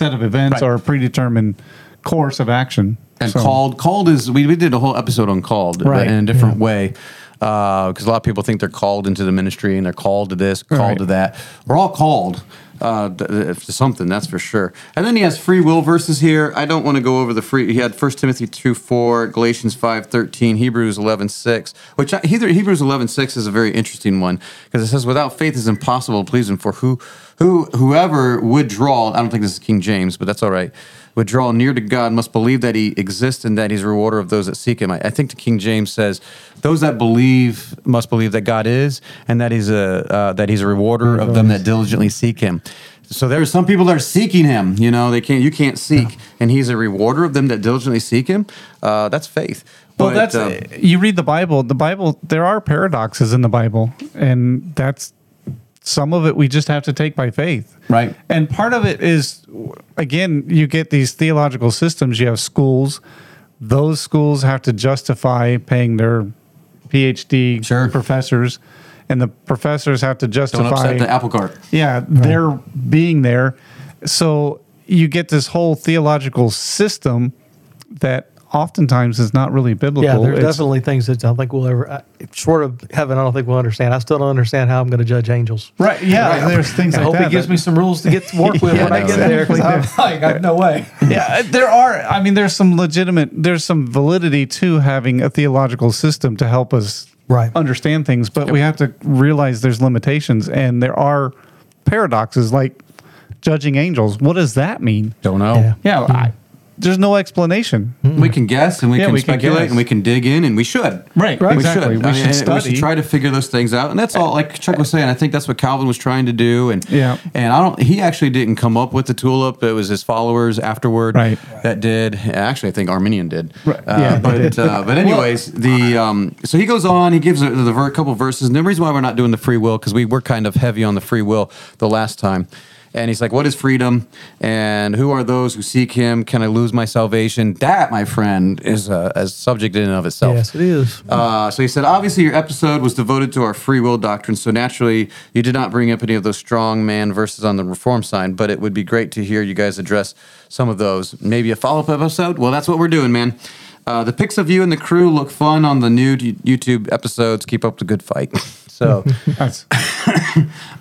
E: set of events
A: Right.
E: or a predetermined course of action.
A: and
E: So-
A: called called is we, we did a whole episode on called but
E: Right,
A: in a different way because a lot of people think they're called into the ministry and they're called to this called
E: Right.
A: to that we're all called uh, th- th- to something that's for sure and then he has free will verses here i don't want to go over the free he had 1 timothy 2 4 galatians five thirteen, hebrews eleven six. which I, Hebrew- hebrews eleven six is a very interesting one because it says without faith is impossible to please him for who who whoever would draw i don't think this is king james but that's all right would draw near to God must believe that he exists and that he's a rewarder of those that seek him. I, I think the King James says, "Those that believe must believe that God is and that he's a uh, that he's a rewarder of them that diligently seek him." So there are some people that are seeking him. You know, they can't you can't seek, and he's a rewarder of them that diligently seek him. Uh, that's faith.
E: Well,
A: But,
E: that's
A: um,
E: you read the Bible. The Bible, there are paradoxes in the Bible, and that's some of it we just have to take by faith,
A: Right.
E: And part of it is, again, you get these theological systems. You have schools; those schools have to justify paying their PhD
A: Sure.
E: professors, and the professors have to justify
A: don't upset the apple cart.
E: yeah, they're being there. So you get this whole theological system that oftentimes is not really biblical.
C: Yeah, there's
E: It's-
C: definitely things that I don't think we'll ever, I, short of heaven, I don't think we'll understand. I still don't understand how I'm going to judge angels.
E: Right. Yeah. There's things
C: I
E: like
C: hope
E: that.
C: he gives
E: that-
C: me some rules to get to work with
A: Yeah,
C: when I
A: no,
C: get there. 'cause I'm like, I- no way.
E: yeah. There are. I mean, there's some legitimate. There's some validity to having a theological system to help us
C: Right.
E: understand things, but we have to realize there's limitations and there are paradoxes like judging angels. What does that mean?
A: Don't know.
C: Yeah.
E: Yeah. I, Hmm. there's no explanation.
A: We can guess and we
E: Yeah,
A: can
E: we can
A: speculate
E: guess.
A: and we can dig in and we should.
E: Right,
A: We
E: exactly.
A: should.
E: We
A: I
E: should
A: mean, We
E: study.
A: should try to figure those things out. And that's all like Chuck was saying, I think that's what Calvin was trying to do. And
E: Yeah.
A: and I don't he actually didn't come up with the tulip. It was his followers afterward
E: Right.
A: that did. Actually I think Arminian did.
E: Right.
A: Uh,
E: Yeah, they
A: but
E: did.
A: uh, but anyways, the um so he goes on, he gives a, the ver- couple verses. And the reason why we're not doing the free will, because we were kind of heavy on the free will the last time. And he's like, What is freedom? And who are those who seek him? Can I lose my salvation? That, my friend, is a, a subject in and of itself.
C: Yes, it is.
A: Uh, so he said, obviously, your episode was devoted to our free will doctrine, so naturally, you did not bring up any of those strong man verses on the reform sign, but it would be great to hear you guys address some of those. Maybe a follow up episode? Well, that's what we're doing, man. Uh, the pics of you and the crew look fun on the new YouTube episodes. Keep up the good fight. So
E: That's,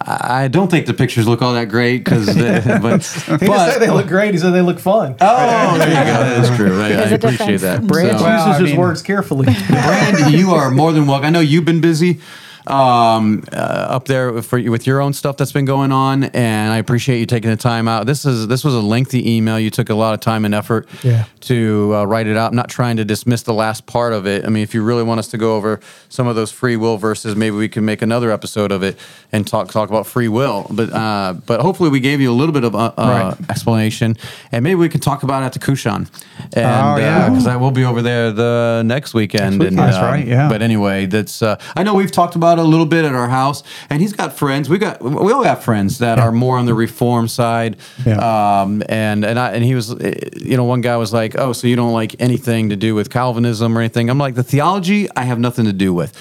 A: I don't think the pictures look all that great because, but,
C: He didn't say
A: but
C: they look great. He said they look fun.
A: oh, there you go. That is true. Right? I
D: There's a
A: appreciate
D: difference.
A: that.
C: Branch
A: So-
E: Well,
C: uses
E: I
C: his
E: mean-
C: words carefully.
A: Brand, you are more than welcome. I know you've been busy um, uh, up there for with your own stuff that's been going on, and I appreciate you taking the time out. This is this was a lengthy email. You took a lot of time and effort
C: Yeah.
A: to uh, write it out. I'm not trying to dismiss the last part of it. I mean, if you really want us to go over some of those free will verses, maybe we can make another episode of it and talk talk about free will. But uh, but hopefully we gave you a little bit of uh, uh, explanation, and maybe we can talk about it at the Kushan. And,
E: Oh, yeah.
A: because I will be over there the next weekend. and,
E: That's
A: um,
E: right, yeah.
A: But anyway, that's uh, I know we've talked about it a little bit at our house, and he's got friends. We got we all got friends that are more on the reform side.
E: Yeah.
A: Um, and and I and he was, uh, you know, one guy was like, "Oh, so you don't like anything to do with Calvinism or anything?" I'm like, the theology I have nothing to do with.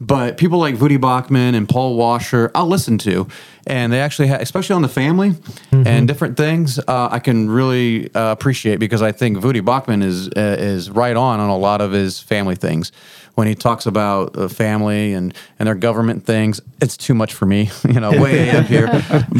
A: But people like Voody Bachman and Paul Washer, I'll listen to, and they actually, ha- especially on the family and different things, uh, I can really uh, appreciate because I think Voody Bachman is uh, is right on on a lot of his family things. When he talks about uh, family and and their government things, it's too much for me, you know, way up here.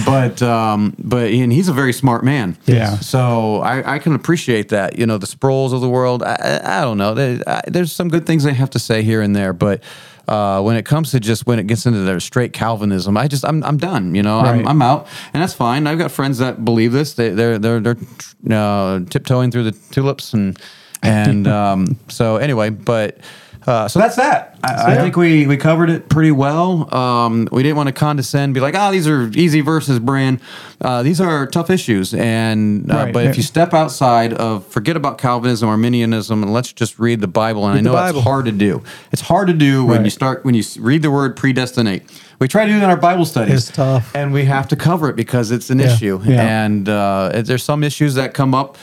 A: But um, but and he's a very smart man.
E: Yeah.
A: So I, I can appreciate that. You know, the Sproles of the world. I, I I don't know. They, I, there's some good things they have to say here and there, but uh, when it comes to just when it gets into their straight Calvinism, I just I'm, I'm done. You know, I'm,
E: Right.
A: I'm out, and that's fine. I've got friends that believe this. They they're they're they're uh, tiptoeing through the tulips and and um, so anyway, but. Uh, so that's that. I, I think we, we covered it pretty well. Um, we didn't want to condescend, be like, oh, these are easy versus brand. Uh, these are tough issues. And uh,
E: Right.
A: but if you step outside of forget about Calvinism, Arminianism, and let's just read the Bible. And I
C: the
A: know it's
C: Bible.
A: hard to do. It's hard to do when
E: Right.
A: you start when you s- read the word predestinate. We try to do it in our Bible studies.
C: It's tough.
A: and we have to cover it because it's an
C: Yeah.
A: issue.
E: Yeah.
A: And uh, there's some issues that come up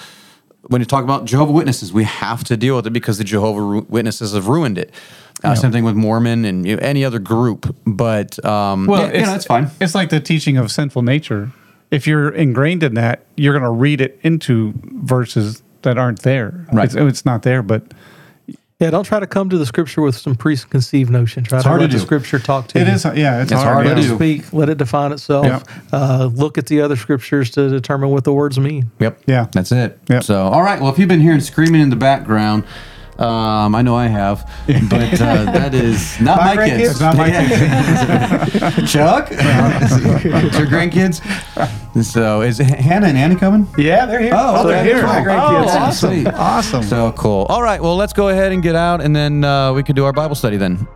A: when you talk about Jehovah Witnesses. We have to deal with it because the Jehovah Ru- Witnesses have ruined it. Uh, Same thing with Mormon and you know, any other group. But um,
E: Well,
A: yeah, you know, it's fine.
E: It's like the teaching of sinful nature. If you're ingrained in that, you're going to read it into verses that aren't there.
A: Right.
E: It's, it's not there, but
C: Yeah, don't try to come to the scripture with some preconceived notion. Try to
A: hard to
C: let the
A: do.
C: scripture talk to
E: it
C: you.
E: is. Yeah, it's,
A: It's
E: hard.
A: hard
E: yeah.
A: to
C: Let
A: do.
C: it speak. Let it define itself.
E: Yeah.
C: Uh, look at the other scriptures to determine what the words mean.
A: Yep.
E: Yeah.
A: That's it.
E: Yep.
A: So, all right. Well, if you've been hearing screaming in the background, um, I know I have, but uh, that is not my
E: grandkids?
A: kids.
E: It's not my
A: Chuck, it's your grandkids. So, is Hannah and Anna coming?
E: Yeah, they're here.
A: Oh, they're here.
E: My grandkids.
A: Oh,
E: awesome.
A: sweet.
E: Awesome.
A: So cool. All right. Well, let's go ahead and get out, and then uh, we can do our Bible study then.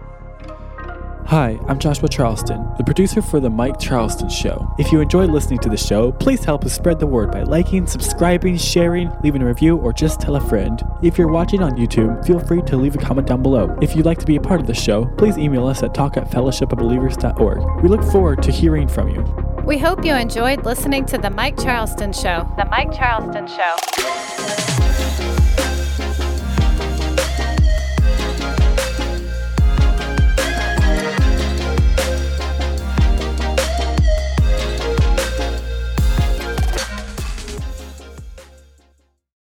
I: Hi, I'm Joshua Charleston, the producer for The Mike Charleston Show. If you enjoy listening to the show, please help us spread the word by liking, subscribing, sharing, leaving a review, or just tell a friend. If you're watching on YouTube, feel free to leave a comment down below. If you'd like to be a part of the show, please email us at talk at fellowshipofbelievers.org. We look forward to hearing from you.
F: We hope you enjoyed listening to The Mike Charleston Show. The Mike Charleston Show.